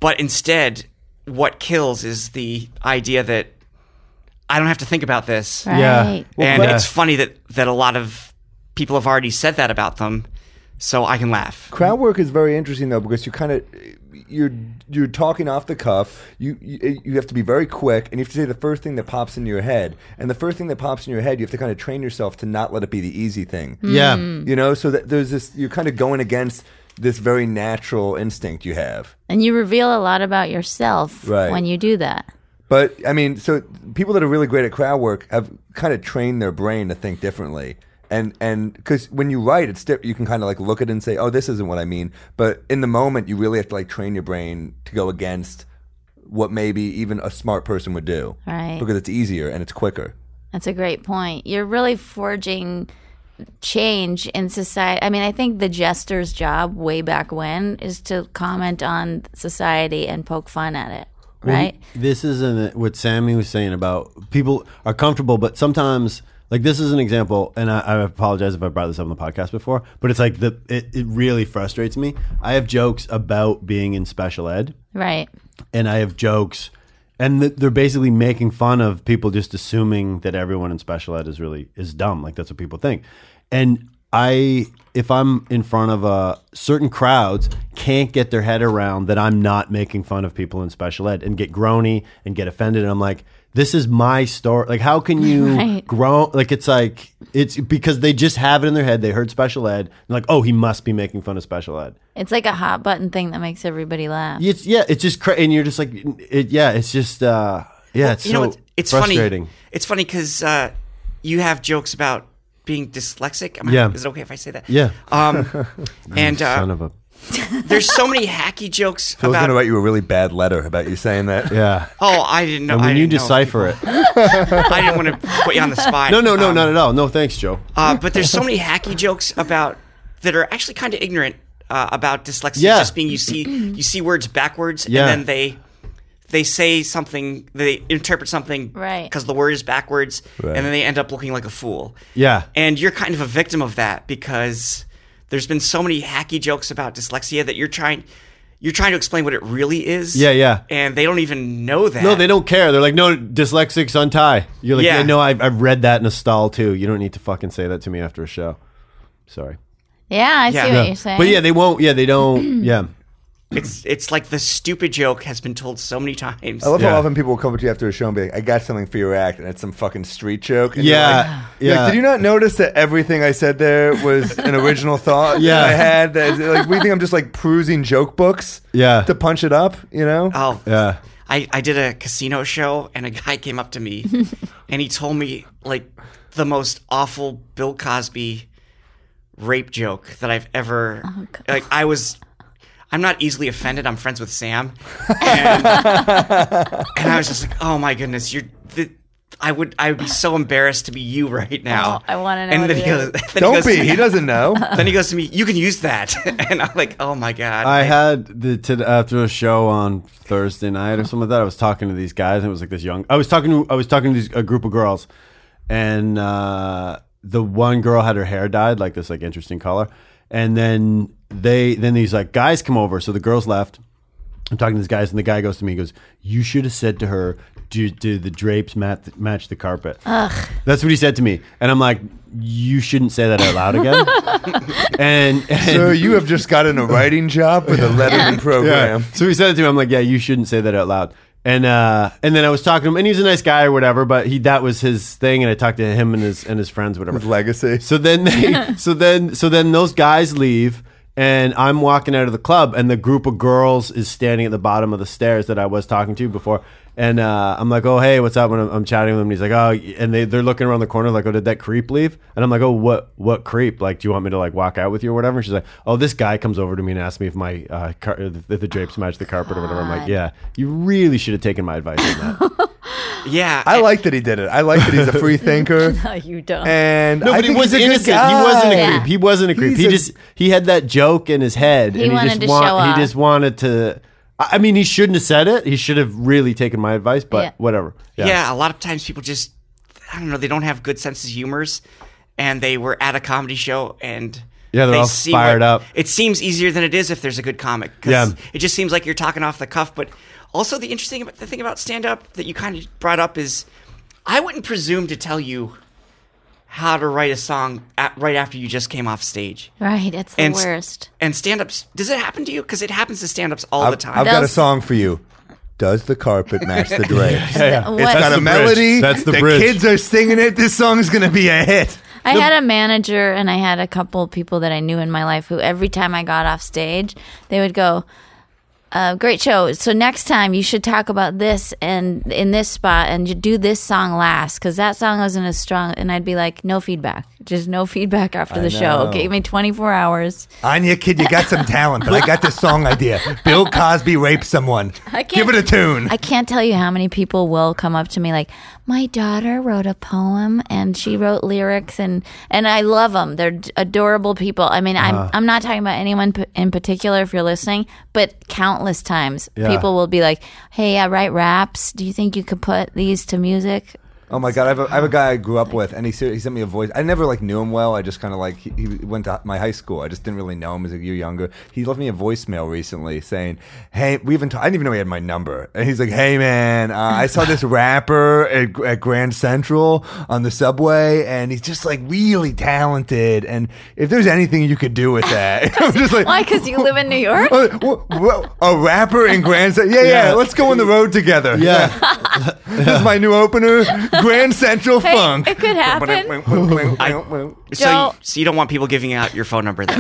but instead what kills is the idea that i don't have to think about this
Yeah.
Right.
and
yeah.
it's funny that that a lot of people have already said that about them, so I can laugh.
Crowd work is very interesting though because you kind of you're you're talking off the cuff. You, you you have to be very quick, and you have to say the first thing that pops in your head. And the first thing that pops in your head, you have to kind of train yourself to not let it be the easy thing.
Mm-hmm.
yeah.
Mm.
You know, so that there's this you're kind of going against this very natural instinct you have.
And you reveal a lot about yourself
Right.
when you do that.
But I mean, so people that are really great at crowd work have kind of trained their brain to think differently. And and because when you write, it's di- you can kind of like look at it and say, "Oh, this isn't what I mean." But in the moment, you really have to like train your brain to go against what maybe even a smart person would do,
Right.
Because it's easier and it's quicker.
That's a great point. You're really forging change in society. I mean, I think the jester's job way back when is to comment on society and poke fun at it, right?
This isn't what Sammy was saying about people are comfortable, but sometimes like this is an example, and I, I apologize if I brought this up on the podcast before, but it's like the it, it really frustrates me. I have jokes about being in special ed,
right.
and I have jokes, and th- they're basically making fun of people just assuming that everyone in special ed is really is dumb. Like that's what people think. And I, if I'm in front of uh, certain crowds, can't get their head around that I'm not making fun of people in special ed and get groany and get offended. And I'm like, this is my story. Like, how can you
Right.
grow? Like, it's like it's because they just have it in their head. They heard special ed, and like, oh, he must be making fun of special ed.
It's like a hot button thing that makes everybody laugh.
It's yeah, it's just cra- and you're just like, it, yeah, it's just uh, yeah, it's
you
so
know what? It's
frustrating.
funny. It's funny because uh, you have jokes about being dyslexic. Am I-
Yeah.
Is it okay if I say that?
Yeah.
Um, and
Son
uh,
of a
there's so many hacky jokes
I was going
about.
to write you a really bad letter about you saying that.
yeah.
oh, I didn't know.
And
I
when you
didn't know if
decipher it,
people- I didn't want to put you on the spot.
no, no, no,
Um,
not at all. No, thanks, Joe.
Uh, but there's so many hacky jokes about that are actually kind of ignorant uh, about dyslexia.
Yeah.
Just being you see you see words backwards
Yeah.
and then they they say something they interpret something
Right.
because the word is backwards and then they end up looking like a fool.
Yeah.
And you're kind of a victim of that because there's been so many hacky jokes about dyslexia that you're trying you're trying to explain what it really is.
Yeah, yeah.
And they don't even know that.
No, they don't care. They're like, no, dyslexics untie. You're like,
Yeah.
yeah, no, I've, I've read that in a stall too. You don't need to fucking say that to me after a show. Sorry.
Yeah, I
Yeah.
see what
Yeah.
you're saying.
But yeah, they won't. Yeah, they don't. yeah.
It's it's like the stupid joke has been told so many times.
I love
Yeah.
how often people will come up to you after a show and be like, I got something for your act, and it's some fucking street joke. And you're like-
Yeah.
you're
Yeah.
like, Did you not notice that everything I said there was an original thought
Yeah.
that I had? That, like, we think I'm just like perusing joke books
Yeah.
to punch it up, you know?
Oh,
Yeah.
I, I did a casino show and a guy came up to me and he told me like the most awful Bill Cosby rape joke that I've ever
Oh,
like I was I'm not easily offended. I'm friends with Sam. And, and I was just like, "Oh my goodness, you're the, I would I would be so embarrassed to be you right now."
Oh, I wanna know
And
what
then
it
he goes,
is.
then he
Don't
goes
be.
to me-
He doesn't know.
Then he goes to me, "You can use that." and I'm like, "Oh my god."
I had the to, after a show on Thursday night or something like that. I was talking to these guys, and it was like this young. I was talking to I was talking to these, a group of girls, and uh, the one girl had her hair dyed like this like interesting color, and then they then these like guys come over. So the girls left. I'm talking to these guys, and the guy goes to me. He goes, "You should have said to her, do, do the drapes match, match the carpet?" Ugh. That's what he said to me, and I'm like, "You shouldn't say that out loud again." and, and
so you have just gotten a writing job with a lettering program.
so he said it to me. I'm like, yeah, you shouldn't say that out loud. And uh, and then I was talking to him, and he's a nice guy or whatever. But he that was his thing, and I talked to him and his and his friends, whatever.
His legacy.
So then they, so then, so then those guys leave, and I'm walking out of the club, and the group of girls is standing at the bottom of the stairs that I was talking to before, and uh, I'm like, oh hey, what's up? When I'm, I'm chatting with him, and he's like, oh, and they they're looking around the corner like, oh, did that creep leave? And I'm like, oh, what what creep? Like, do you want me to like walk out with you or whatever? And she's like, oh, this guy comes over to me and asks me if my uh, car- if the drapes match the carpet or whatever. I'm like, yeah, you really should have taken my advice on that.
yeah.
I like that he did it. I like that he's a free thinker.
no, you don't.
And
No,
I
but he
think
was
he's a good
innocent. He
guy.
wasn't a
Yeah.
creep. He wasn't a creep.
He's
he
a-
just he had that joke in his head,
He
and
wanted
he just
to
want-
show off.
he just wanted to. I I mean, he shouldn't have said it. He should have really taken my advice, but
Yeah.
whatever.
Yeah. a lot of times people just I don't know, they don't have good senses of humors and they were at a comedy show and
Yeah, they're
they
all
see
fired up.
what- It seems easier than it is if there's a good comic. 'cause
Yeah.
It just seems like you're talking off the cuff, but also the interesting the thing about stand up that you kind of brought up is I wouldn't presume to tell you how to write a song at, right after you just came off stage.
right, it's the
And s-
worst.
And stand ups, does it happen to you? Because it happens to stand ups all
I've,
the time.
I've got a
Those-
song for you. Does the carpet match the drapes?
What-
It's got
the
a
bridge.
melody.
That's the
the
bridge.
kids are singing it. This song's gonna be a hit.
I had a manager and I had a couple people that I knew in my life who every time I got off stage, they would go, uh, great show. So next time you should talk about this and in this spot and you do this song last because that song wasn't as strong. And I'd be like, no feedback, just no feedback after the show.
know.
Give me 24 hours.
Anya, kid, you got some talent, but I got this song idea. Bill Cosby raped someone.
I can't-
Give it a tune.
I can't tell you how many people will come up to me like, my daughter wrote a poem and she wrote lyrics and and I love them. They're d- adorable people. I mean, I'm I'm not talking about anyone p- in particular if you're listening, but countless times
Yeah.
people will be like, "Hey, I write raps. Do you think you could put these to music?"
Oh my god, I have, a, I have a guy I grew up with, and he ser- he sent me a voice. I never like knew him well. I just kind of like he, he went to my high school. I just didn't really know him as a year younger. He left me a voicemail recently saying, "Hey, we even t- I didn't even know he had my number." And he's like, "Hey man, uh, I saw this rapper at, at Grand Central on the subway, and he's just like really talented. And if there's anything you could do with that, I'm just like,
Why? Because you live in New York.
"Oh, wh- wh- a rapper in Grand Central? Yeah, yeah,
Yeah.
Let's go on the road together.
Yeah.
This is my new opener, Grand Central
Hey,
Funk.
it could happen.
So,
Joe-
you, so you don't want people giving out your phone number then.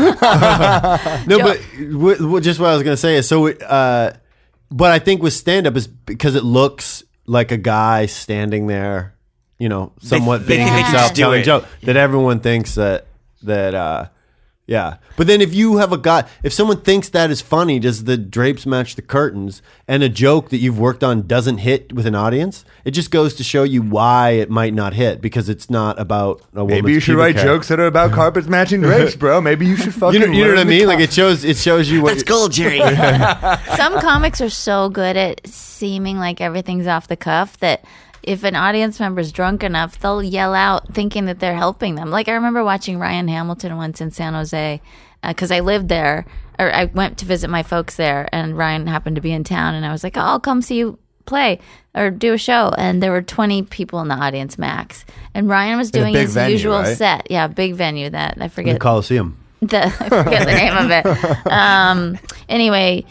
No, but w- w- just what I was gonna say is so. Uh, but I think with stand up is because it looks like a guy standing there, you know, somewhat
they
being
think they can
himself,
just do
telling
it.
joke that everyone thinks that that. uh yeah, but then if you have a guy, if someone thinks that is funny, does the drapes match the curtains? And a joke that you've worked on doesn't hit with an audience. It just goes to show you why it might not hit because it's not about a woman's
Maybe you should
pubic
write
hair.
jokes that are about carpets matching drapes, bro. Maybe you should
You
fucking.
know, you know
learn
what I
the
mean?
top-
Like it shows, it shows you what
That's gold, Jerry.
Some comics are so good at seeming like everything's off the cuff that if an audience member's drunk enough, they'll yell out thinking that they're helping them. Like I remember watching Ryan Hamilton once in San Jose because I lived there or I went to visit my folks there, and Ryan happened to be in town, and I was like, "I'll come see you." play or do a show and there were 20 people in the audience max and ryan was doing
big
his
venue,
usual
right?
set yeah big venue that
the
i forget
Coliseum.
the I forget the name of it. Um, anyway,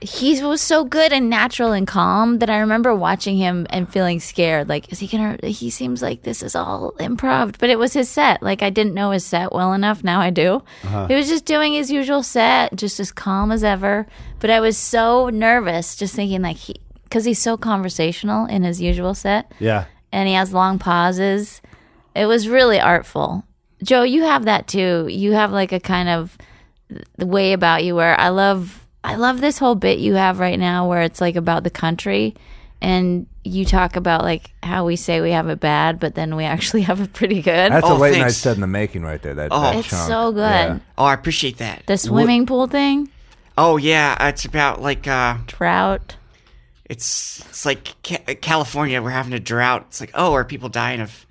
he was so good and natural and calm that I remember watching him and feeling scared. Like, is he gonna? He seems like this is all improv, but it was his set. Like, I didn't know his set well enough. Now I do. He was just doing his usual set, just as calm as ever. But I was so nervous, just thinking like he, because he's so conversational in his usual set
Yeah.
and he has long pauses. It was really artful. Joe, you have that too. You have like a kind of the way about you where I love I love this whole bit you have right now where it's like about the country and you talk about like how we say we have it bad, but then we actually have it pretty good.
That's a
Oh,
late night
thanks.
set in the making, right there. That,
Oh.
that
it's
chunk.
so good.
oh, I appreciate that.
The swimming pool thing,
Oh yeah, it's about like uh,
trout.
it's it's like ca- California. We're having a drought. It's like, oh, are people dying of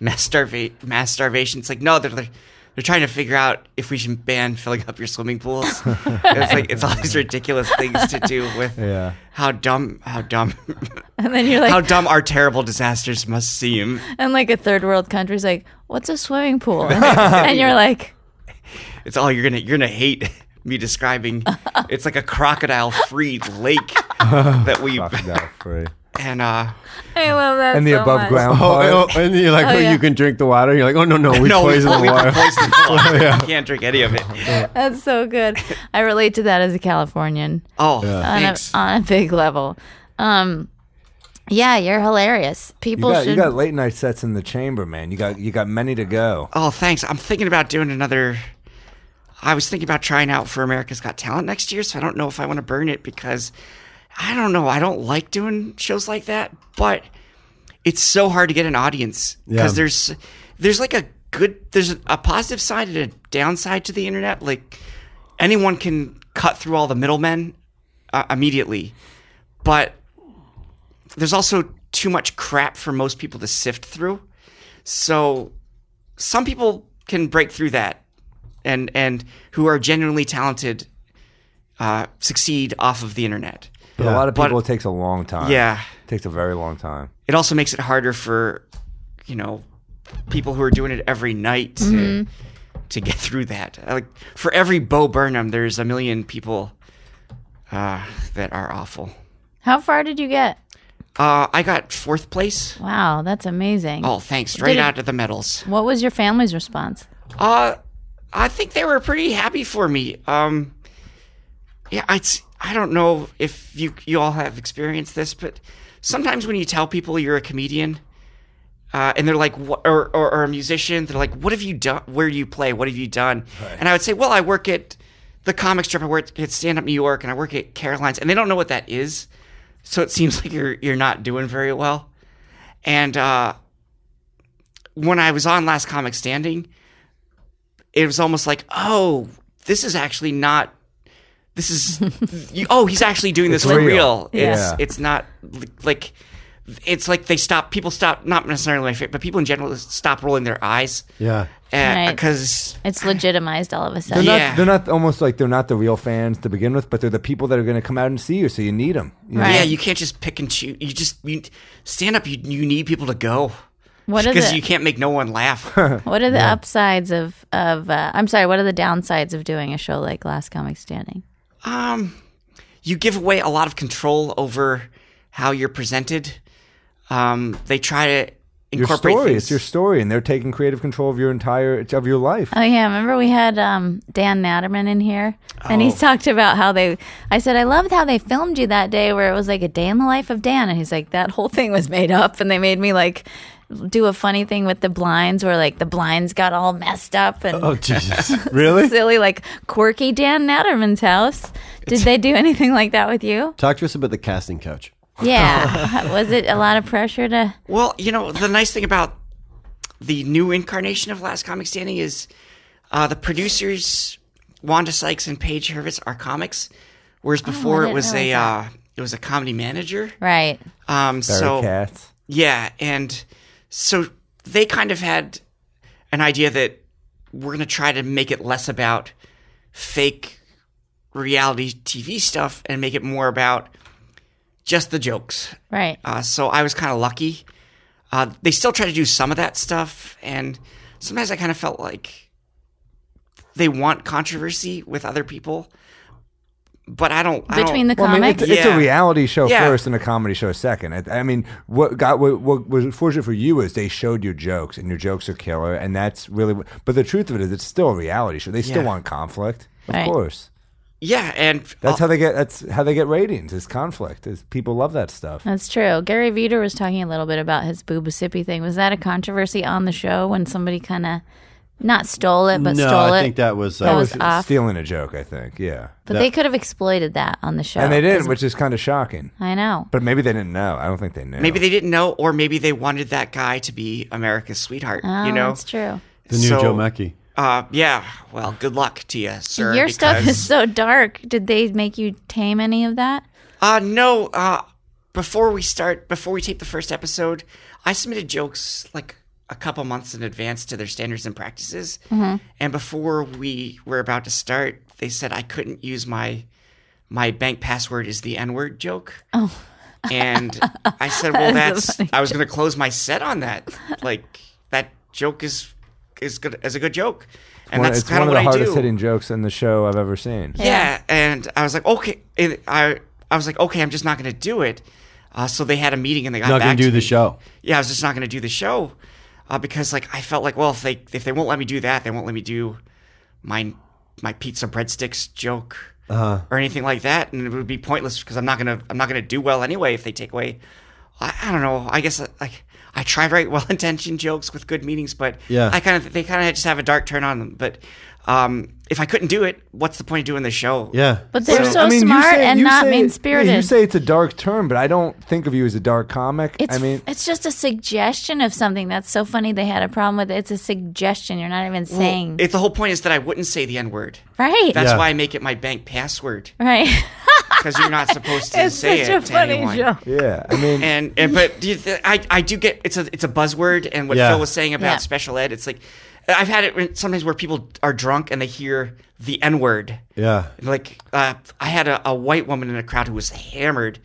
mass starva- mass starvation? It's like, no, they're they're, they're trying to figure out if we should ban filling up your swimming pools. it's like it's all these ridiculous things to do with how dumb how dumb
And then you're like
how dumb our terrible disasters must seem.
and like a third world country's like, What's a swimming pool? and you're like
It's all you're gonna you're gonna hate me describing. It's like a crocodile free lake that we
No, free.
and uh
I love that.
And the
so
above
much.
Oh,
ground part.
oh, and you're like, oh,
yeah.
you can drink the water. You're like, oh no, no, we
no, we,
poison
we
the water.
poisoned the water. You can't drink any of it.
That's so good. I relate to that as a Californian
Oh,
on a,
thanks.
on a big level. Um, yeah, you're hilarious.
You
People
got, you
should.
got late night sets in the chamber, man. You got you got many to go.
Oh, thanks. I'm thinking about doing another. I was thinking about trying out for America's Got Talent next year, so I don't know if I want to burn it because I don't know. I don't like doing shows like that, but it's so hard to get an audience because
Yeah.
there's there's like a good there's a positive side and a downside to the internet. Like anyone can cut through all the middlemen uh, immediately, but there's also too much crap for most people to sift through. So some people can break through that and and who are genuinely talented uh, succeed off of the internet.
But a lot of
But-
people it takes a long time.
Yeah.
it takes a very long time.
It also makes it harder for you know people who are doing it every night to,
Mm-hmm.
to get through that. Like for every Bo Burnham, there's a million people uh, that are awful.
How far did you get?
Uh, I got fourth place.
Wow, that's amazing.
Oh, thanks! Right
Did it-
out of the medals.
What was your family's response?
Uh, I think they were pretty happy for me. Um, yeah, it's, I don't know if you you all have experienced this, but sometimes when you tell people you're a comedian, uh, and they're like, "What?" Or, or or a musician, they're like, "What have you done? Where do you play? What have you done?" And I would say, "Well, I work at the comic strip. I work at Stand Up New York, and I work at Caroline's." And they don't know what that is, so it seems like you're you're not doing very well. And uh, when I was on Last Comic Standing, it was almost like, oh, this is actually not. This is you, oh, he's actually doing this for
real.
real. It's
Yeah.
it's not li- like it's like they stop. People stop, not necessarily my favorite, but people in general stop rolling their eyes. uh,
Yeah.
Right.
Because
It's legitimized all of a
They're
sudden.
not,
Yeah.
they're not almost like they're not the real fans to begin with, but they're the people that are going to come out and see you, so you need them.
Right.
yeah, you can't just pick and choose. You just you stand up. You you need people to go.
What is
Because
it?
you can't make no one laugh.
What are the upsides of of? Uh, I'm sorry. What are the downsides of doing a show like Last Comic Standing?
Um, you give away a lot of control over how you're presented. Um, they try to
Your
incorporate
story,
things.
it's your story, and they're taking creative control of your entire of your life.
Oh yeah, remember we had um, Dan Natterman in here, and he talked about how they. I said I loved how they filmed you that day, where it was like a day in the life of Dan, and he's like that whole thing was made up, and they made me like do a funny thing with the blinds, where like the blinds got all messed up and
Oh Jesus! really?
silly, like quirky Dan Natterman's house. Did they do anything like that with you?
Talk to us about the casting couch.
Yeah, was it a lot of pressure to?
Well, you know, the nice thing about the new incarnation of Last Comic Standing is uh, the producers Wanda Sykes and Paige Hervitz are comics, whereas before it
Oh, didn't
was a
realize
uh, it was a comedy manager.
Right.
Um, so
cats.
Yeah, and so they kind of had an idea that we're going to try to make it less about fake reality TV stuff and make it more about just the jokes.
Right.
Uh, so I was kind of lucky. Uh, they still try to do some of that stuff, and sometimes I kind of felt like they want controversy with other people, but I don't. I don't-
Between the
Well, I mean,
comics.
it's, it's a
Yeah.
reality show
Yeah.
first and a comedy show second. I, I mean, what got what, what was fortunate for you is they showed your jokes, and your jokes are killer, and that's really. what- But the truth of it is, it's still a reality show. They still
Yeah.
want conflict, of
Right.
course.
yeah, and uh,
That's how they get. That's how they get ratings. Is conflict. Is people love that stuff.
That's true. Gary Veeder was talking a little bit about his boobasippy thing. Was that a controversy on the show when somebody kind of not stole it but
no,
stole
I
it?
think that was. Uh,
That was- off.
stealing a joke. I think. Yeah,
but they could have exploited that on the show.
and they didn't, which is kind of shocking.
I know.
But maybe they didn't know. I don't think they knew.
Maybe they didn't know, or maybe they wanted that guy to be America's sweetheart.
Oh,
you know,
that's true.
the new
So,
Joe Mackey.
Uh, yeah. Well, good luck to you, sir.
Your stuff
because-
is so dark. Did they make you tame any of that?
Uh, no. Uh, before we start, before we tape the first episode, I submitted jokes like a couple months in advance to their standards and practices. And before we were about to start, they said I couldn't use my my bank password is the N word joke. Oh. And I said, well, that's.
That's so funny.
I was going to close my set on that. Like that joke is is good as a good joke, and
One-
that's
it's
kind
one of
of
the
what I
hardest
do.
hitting jokes in the show I've ever seen.
Yeah. and I was like, okay, and I I was like, okay, I'm just not going to do it. Uh, so they had a meeting and they got
Not
back
gonna do
to
the
me.
show.
Yeah, I was just not going to do the show uh, because like I felt like, well, if they if they won't let me do that, they won't let me do my my pizza breadsticks joke
Uh-huh.
or anything like that, and it would be pointless because I'm not gonna I'm not gonna do well anyway if they take away. I, I don't know. I guess uh, like I try to write well intentioned jokes with good meanings, but
Yeah.
I kind of they kind of just have a dark turn on them. But um, if I couldn't do it, what's the point of doing the show?
Yeah.
But they're so,
I mean, you
smart
say-
and
you
not
say-
mean spirited.
yeah, you say it's a dark term, but I don't think of you as a dark comic.
It's,
I mean,
it's just a suggestion of something. That's so funny. They had a problem with it. It's a suggestion. You're not even saying.
It, the whole point is that I wouldn't say the N word.
right.
That's
Yeah.
why I make it my bank password
right.
because you're not supposed to
it's
say
such
it
a
to
funny
anyone.
joke.
yeah. I mean,
And, and but do you th- I I do get it's a it's a buzzword and what
Yeah.
Phil was saying about
Yeah.
special ed. It's like I've had it when- sometimes where people are drunk and they hear the N word.
Yeah.
Like uh, I had a, a white woman in a crowd who was hammered.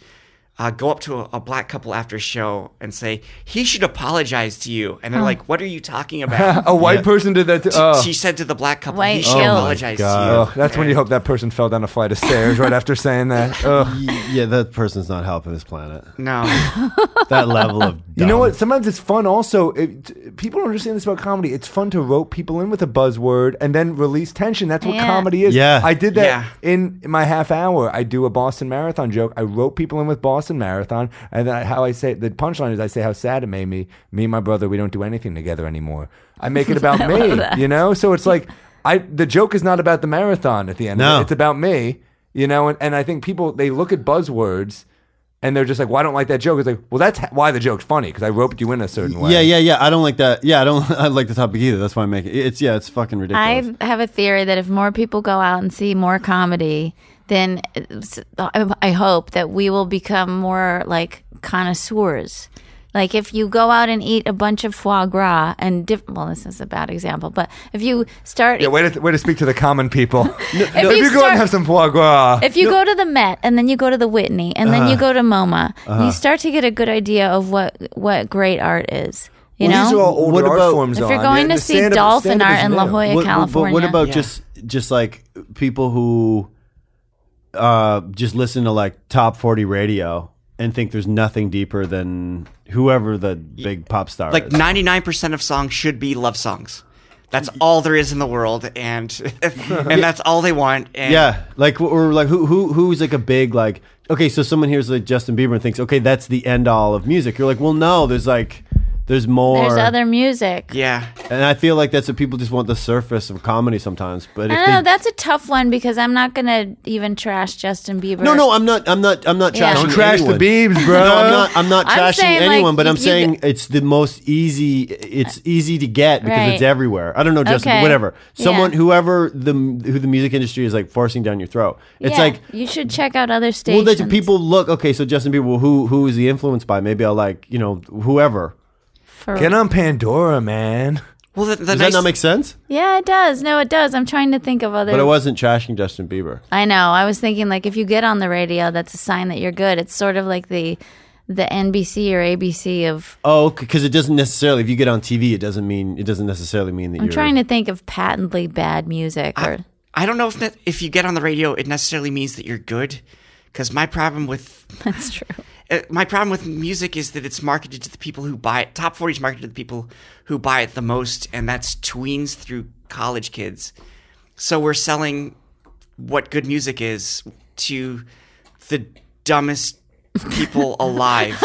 Uh, go up to a, a black couple after a show and say he should apologize to you,
Oh.
and they're like, "What are you talking about?"
a white person did that. To, oh.
She said to the black couple,
White
"He should
guilt. Oh my
apologize to you."
Oh, that's when you hope that person fell down a flight of stairs right after saying that. Ugh.
Y- Yeah, that person's not helping this planet.
No.
That level of
You know
dumb.
what? Sometimes it's fun. Also, it, people don't understand this about comedy. It's fun to rope people in with a buzzword and then release tension. That's what
Yeah.
comedy is.
Yeah.
I did that
Yeah.
in my half hour. I do a Boston Marathon joke. I rope people in with Boston Marathon, and then I, how I say the punchline is I say how sad it made me. Me and my brother, we don't do anything together anymore. I make it about me. You know, so it's like I the joke is not about the marathon at the end. of
No.
it. it's about me. You know, and, and I think people they look at buzzwords and they're just like, "Well, I don't like that joke." It's like, "Well, that's h- why the joke's funny because I roped you in a certain way."
Yeah, yeah, yeah. I don't like that. Yeah, I don't. I like the topic either. That's why I make it. It's yeah, it's fucking ridiculous.
I have a theory that if more people go out and see more comedy, then it's- I hope that we will become more like connoisseurs. Like if you go out and eat a bunch of foie gras and diff- well, this is a bad example, but if you start,
Yeah, way to, way to speak to the common people. if,
no.
you,
you
go out
start-
and have some foie gras,
if you go to the Met and then you go to the Whitney and then you
Uh-huh.
go to MoMA, you start to get a good idea of what what great art is. You
Well,
know,
these are all older
What
art
about-
forms.
if you're
on.
going
Yeah,
to
the
see
stand-up-
dolphin
stand-up
art
is
in La
new.
Jolla,
What- but
California,
what about just just like people who uh, just listen to like top forty radio and think there's nothing deeper than whoever the big pop star
Like
is?
ninety nine percent of songs should be love songs. That's all there is in the world, and and that's all they want. And
yeah, like or like who who who's like a big like okay, so someone hears like Justin Bieber and thinks okay, that's the end all of music. You're like, well, no, there's like there's more.
there's other music.
yeah.
and I feel like that's what people just want the surface of comedy sometimes. But
I
if
don't know.
they,
That's a tough one because I'm not gonna even trash Justin Bieber.
no, no, I'm not, I'm not, I'm not
Yeah.
trashing.
Don't
trash the
anyone.
Biebs, bro.
No, I'm not. I'm not
I'm
trashing
saying, like,
anyone, but I'm
if you Uh,
saying it's the most easy. It's easy to get because it's
Right.
everywhere. I don't know, Justin.
Okay.
Whatever. Someone,
Yeah.
whoever the who the music industry is like forcing down your throat. It's
Yeah,
like
you should check out other
well,
stations.
that's people look okay. So Justin Bieber, well, who who is he influenced by? Maybe I'll like you know whoever.
for-
Get on Pandora, man.
Well, the, the
Does
nice,
that not make sense?
yeah, it does. No, it does. I'm trying to think of other.
But I wasn't trashing Justin Bieber.
I know. I was thinking like if you get on the radio, that's a sign that you're good. It's sort of like the the NBC or ABC of.
Oh, because it doesn't necessarily. If you get on TV, it doesn't mean it doesn't necessarily mean that
I'm
you're
trying to think of patently bad music or.
I don't know if that, if you get on the radio, it necessarily means that you're good. Because my problem with
that's true.
uh, my problem with music is that it's marketed to the people who buy it. Top 40 is marketed to the people who buy it the most, and that's tweens through college kids. So we're selling what good music is to the dumbest people alive.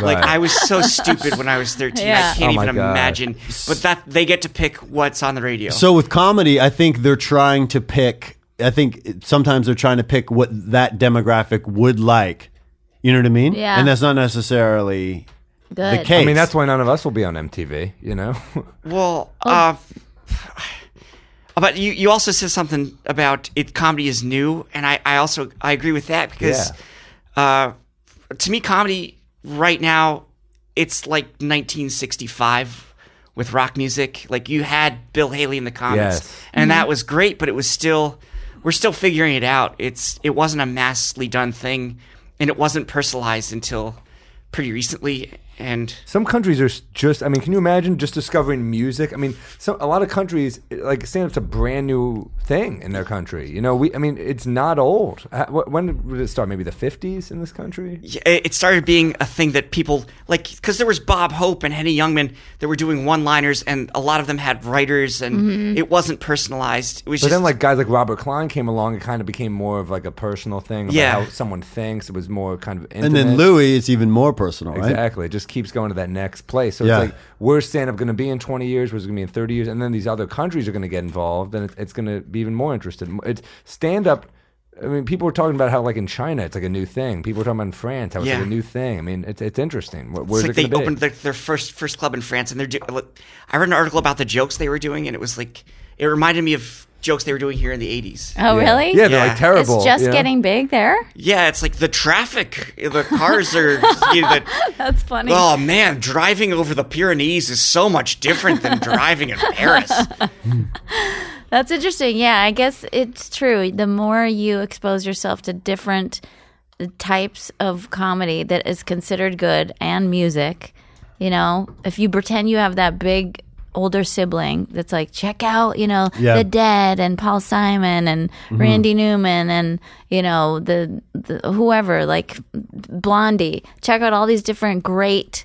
Like I was so stupid when I was 13.
Yeah.
I can't
Oh my
even
God.
imagine. But that they get to pick what's on the radio.
So with comedy, I think they're trying to pick. I think sometimes they're trying to pick what that demographic would like. You know what I mean?
Yeah.
And that's not necessarily
Good.
the case.
I mean, that's why none of us will be on MTV. You know,
Well, uh, but you, you also said something about it. Comedy is new, and I, I also I agree with that because, uh, to me, comedy right now it's like 1965 with rock music. Like you had Bill Haley in the comments,
Yes.
and that was great, but it was still we're still figuring it out. It's it wasn't a massively done thing, and it wasn't personalized until pretty recently, and.
some countries are s- just. I mean, can you imagine just discovering music? I mean, some a lot of countries like stand up's a brand new thing in their country. You know, we. I mean, it's not old. Uh, wh- When did it start? Maybe the fifties in this country.
Yeah, it it started being a thing that people like because there was Bob Hope and Henny Youngman that were doing one-liners, and a lot of them had writers, and it wasn't personalized. It was
But
just
then, like guys like Robert Klein came along, it kind of became more of like a personal thing. About
Yeah.
how someone thinks it was more kind of. Intimate.
and then Louis, it's even more personal, right?
Exactly. It just keeps going to that next place. So
Yeah.
it's like, where's stand up going to be in 20 years? Where's it going to be in 30 years? And then these other countries are going to get involved and it's, it's going to be even more interested. It's stand up. I mean, people were talking about how, like in China, it's like a new thing. People were talking about in France, how it's
Yeah.
like a new thing. I mean, it's it's interesting. Where,
it's
where's
like
it
they
going to be?
opened their, their first first club in France, and they're. Do- look, I read an article about the jokes they were doing, and it was like it reminded me of jokes they were doing here in the '80s.
Oh really?
yeah, they're
Yeah.
like terrible.
It's just
you know?
getting big there.
Yeah, it's like the traffic, the cars are. you know, the-
That's funny.
Oh man, driving over the Pyrenees is so much different than driving in Paris.
That's interesting. Yeah, I guess it's true. The more you expose yourself to different types of comedy that is considered good and music, you know, if you pretend you have that big older sibling that's like, check out, you know,
Yeah.
the Dead and Paul Simon and Randy Newman and you know the, the whoever like Blondie. Check out all these different great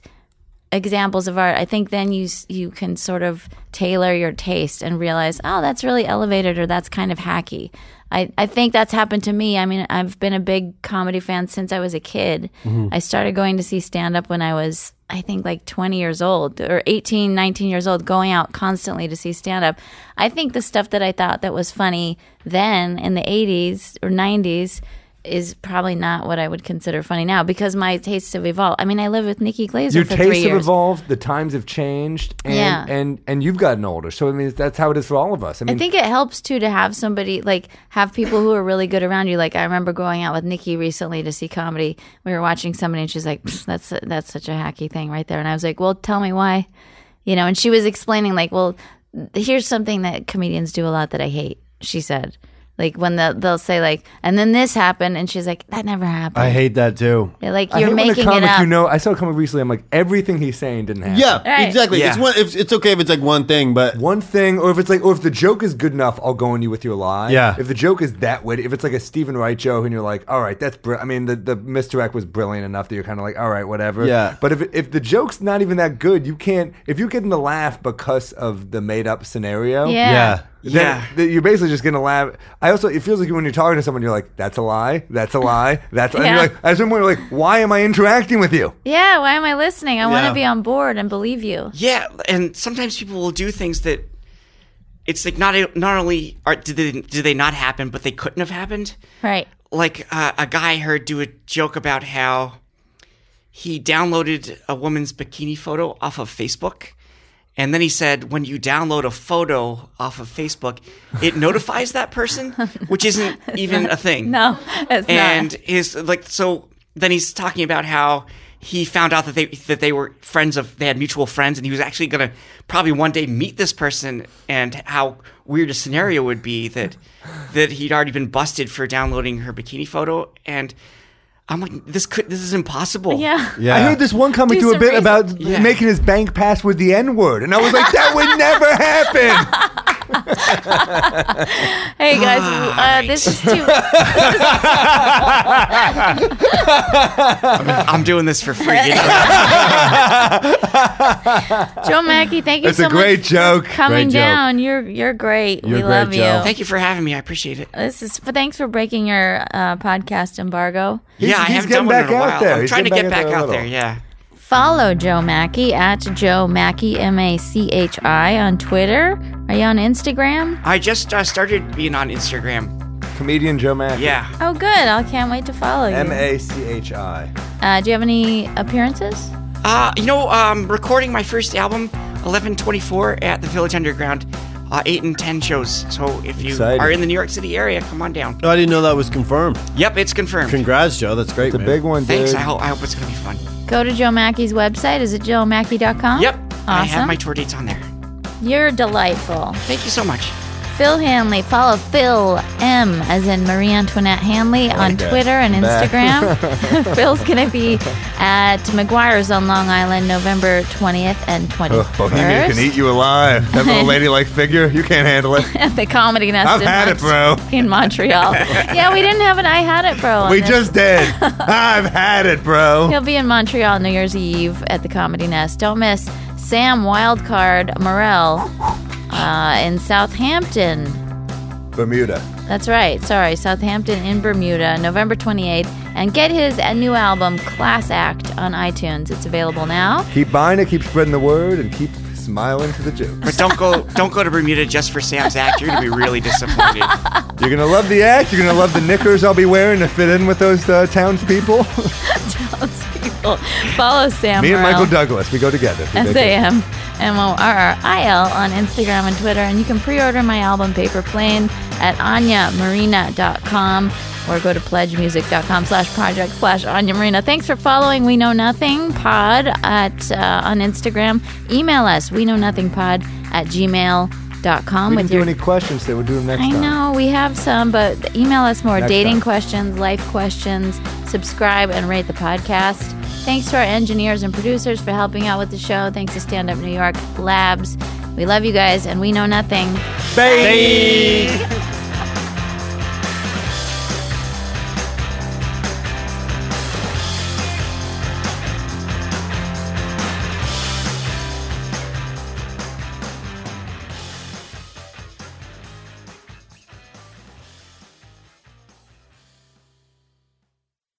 examples of art, I think then you s- you can sort of tailor your taste and realize, oh, that's really elevated or that's kind of hacky. I, I think that's happened to me. I mean, I've been a big comedy fan since I was a kid. I started going to see stand up when I was, I think, like 20 years old or 18, 19 years old, going out constantly to see stand up. I think the stuff that I thought that was funny then in the 80s or 90s is probably not what I would consider funny now because my tastes have evolved. I mean, I lived with Nikki Glaser
Your
for three
tastes have
years.
evolved. The times have changed, and,
Yeah.
and and you've gotten older. So I mean, that's how it is for all of us. I
I
mean,
think it helps too to have somebody like have people who are really good around you. Like I remember going out with Nikki recently to see comedy. We were watching somebody, and she's like, "Pfft, "That's that's such a hacky thing right there." And I was like, "Well, tell me why," you know. And she was explaining like, "Well, here's something that comedians do a lot that I hate." She said, like when the, they'll say like, "And then this happened," and she's like, "That never happened."
I hate that too.
They're like
I
you're
hate when a
making it
comic,
up.
You know, I saw a comic recently. I'm like, everything he's saying didn't happen.
Yeah,
Right.
exactly.
Yeah.
It's one. It's, it's okay if it's like one thing, but
One thing, or if it's like, or if the joke is good enough, I'll go on you with your lie.
Yeah.
If the joke is that witty, if it's like a Stephen Wright joke, and you're like, all right, that's, br-. I mean, the, the misdirect was brilliant enough that you're kind of like, all right, whatever.
Yeah.
But if if the joke's not even that good, you can't. If you're getting the laugh because of the made up scenario,
yeah.
yeah.
then-
Yeah.
then you're basically just gonna laugh. I also it feels like when you're talking to someone, you're like, "That's a lie. That's a lie. That's." And
Yeah.
you're like, at some point, you're like, "Why am I interacting with you?"
Yeah, why am I listening? I want
Yeah.
to be on board and believe you.
Yeah, and sometimes people will do things that it's like not not only are did they did they not happen, but they couldn't have happened.
Right.
Like uh, a guy I heard do a joke about how he downloaded a woman's bikini photo off of Facebook. And then he said, when you download a photo off of Facebook, it notifies that person, which isn't even a thing
No, it's
and
not.
his like so then he's talking about how he found out that they that they were friends of they had mutual friends and he was actually going to probably one day meet this person and how weird a scenario would be that that he'd already been busted for downloading her bikini photo and I'm like this could this is impossible.
Yeah.
Yeah.
I heard this one comic
Do
do, a
some
bit
research.
about
Yeah.
making his bank password the N word, and I was like, "That would never happen."
Hey guys, uh, this is too.
I'm doing this for free. you know?
Joe Mackey, thank you
It's
so
a great
much
joke.
for coming
Great joke.
down. You're you're great. we
You're great,
love
Joe.
you.
Thank you for having me. I appreciate it.
This is f- thanks for breaking your uh, podcast embargo.
yeah, I
he's
haven't
getting
done one
back
in a
out
while.
there.
I'm
He's
trying to
getting
get
back
back
out there a
out there.
little.
Yeah.
Follow Joe Mackey at Joe Mackey M A C H I on Twitter. Are you on Instagram?
I just uh, started being on Instagram.
Comedian Joe Mack.
Yeah.
Oh, good. I can't wait to follow you.
M A C H I.
Uh, do you have any appearances?
Uh, you know, um, recording my first album, 1124, at the Village Underground, uh, 8 and 10 shows. So if you
Exciting.
are in the New York City area, come on down.
No, I didn't know that was confirmed.
Yep, it's confirmed.
Congrats, Joe. That's great.
It's a
man.
big one, dude.
Thanks. I hope, I hope it's going to be fun.
Go to Joe Mackey's website. Is it joemackey.com?
Yep.
Oh, Awesome.
I have my tour dates on there.
You're delightful.
Thank you so much.
Phil Hanley. Follow Phil M as in Marie Antoinette Hanley on
that.
Twitter and
Back.
Instagram. Phil's going to be at McGuire's on Long Island November 20th and 21st.
Ugh, Bohemia can eat Oh, you alive. That little ladylike figure, you can't handle it.
at the Comedy Nest
I've
in,
had it, bro.
in Montreal. yeah, we didn't have an I Had It Bro. on
We
this.
just did. I've had it, bro.
He'll be in Montreal New Year's Eve at the Comedy Nest. Don't miss Sam Wildcard Morel uh, in Southampton.
Bermuda.
That's right. Sorry, Southampton in Bermuda, November 28th. And get his uh, new album, Class Act, on iTunes. It's available now.
Keep buying it, keep spreading the word, and keep smiling to the jokes.
But don't go don't go to Bermuda just for Sam's act. You're going to be really disappointed.
You're gonna love the act. You're gonna love the knickers I'll be wearing to fit in with those uh, townspeople.
Townspeople. Follow Sam.
Me and
Morril,
Michael Douglas, we go together. We make
S
it.
A M M O R R I L on Instagram and Twitter. And you can pre order my album, Paper Plane, at AnyaMarina.com or go to pledgemusic.com slash project slash Anya Marina. Thanks for following We Know Nothing Pod at, uh, on Instagram. Email us, We Know Nothing Pod at gmail.com.
We
with
didn't do
your
any questions today. We'll do them next
I
time.
know we have some, but email us more
Next
dating
time.
questions, life questions. Subscribe and rate the podcast. Thanks to our engineers and producers for helping out with the show. Thanks to Stand Up New York Labs. We love you guys, and we know nothing.
Bye.
Bye.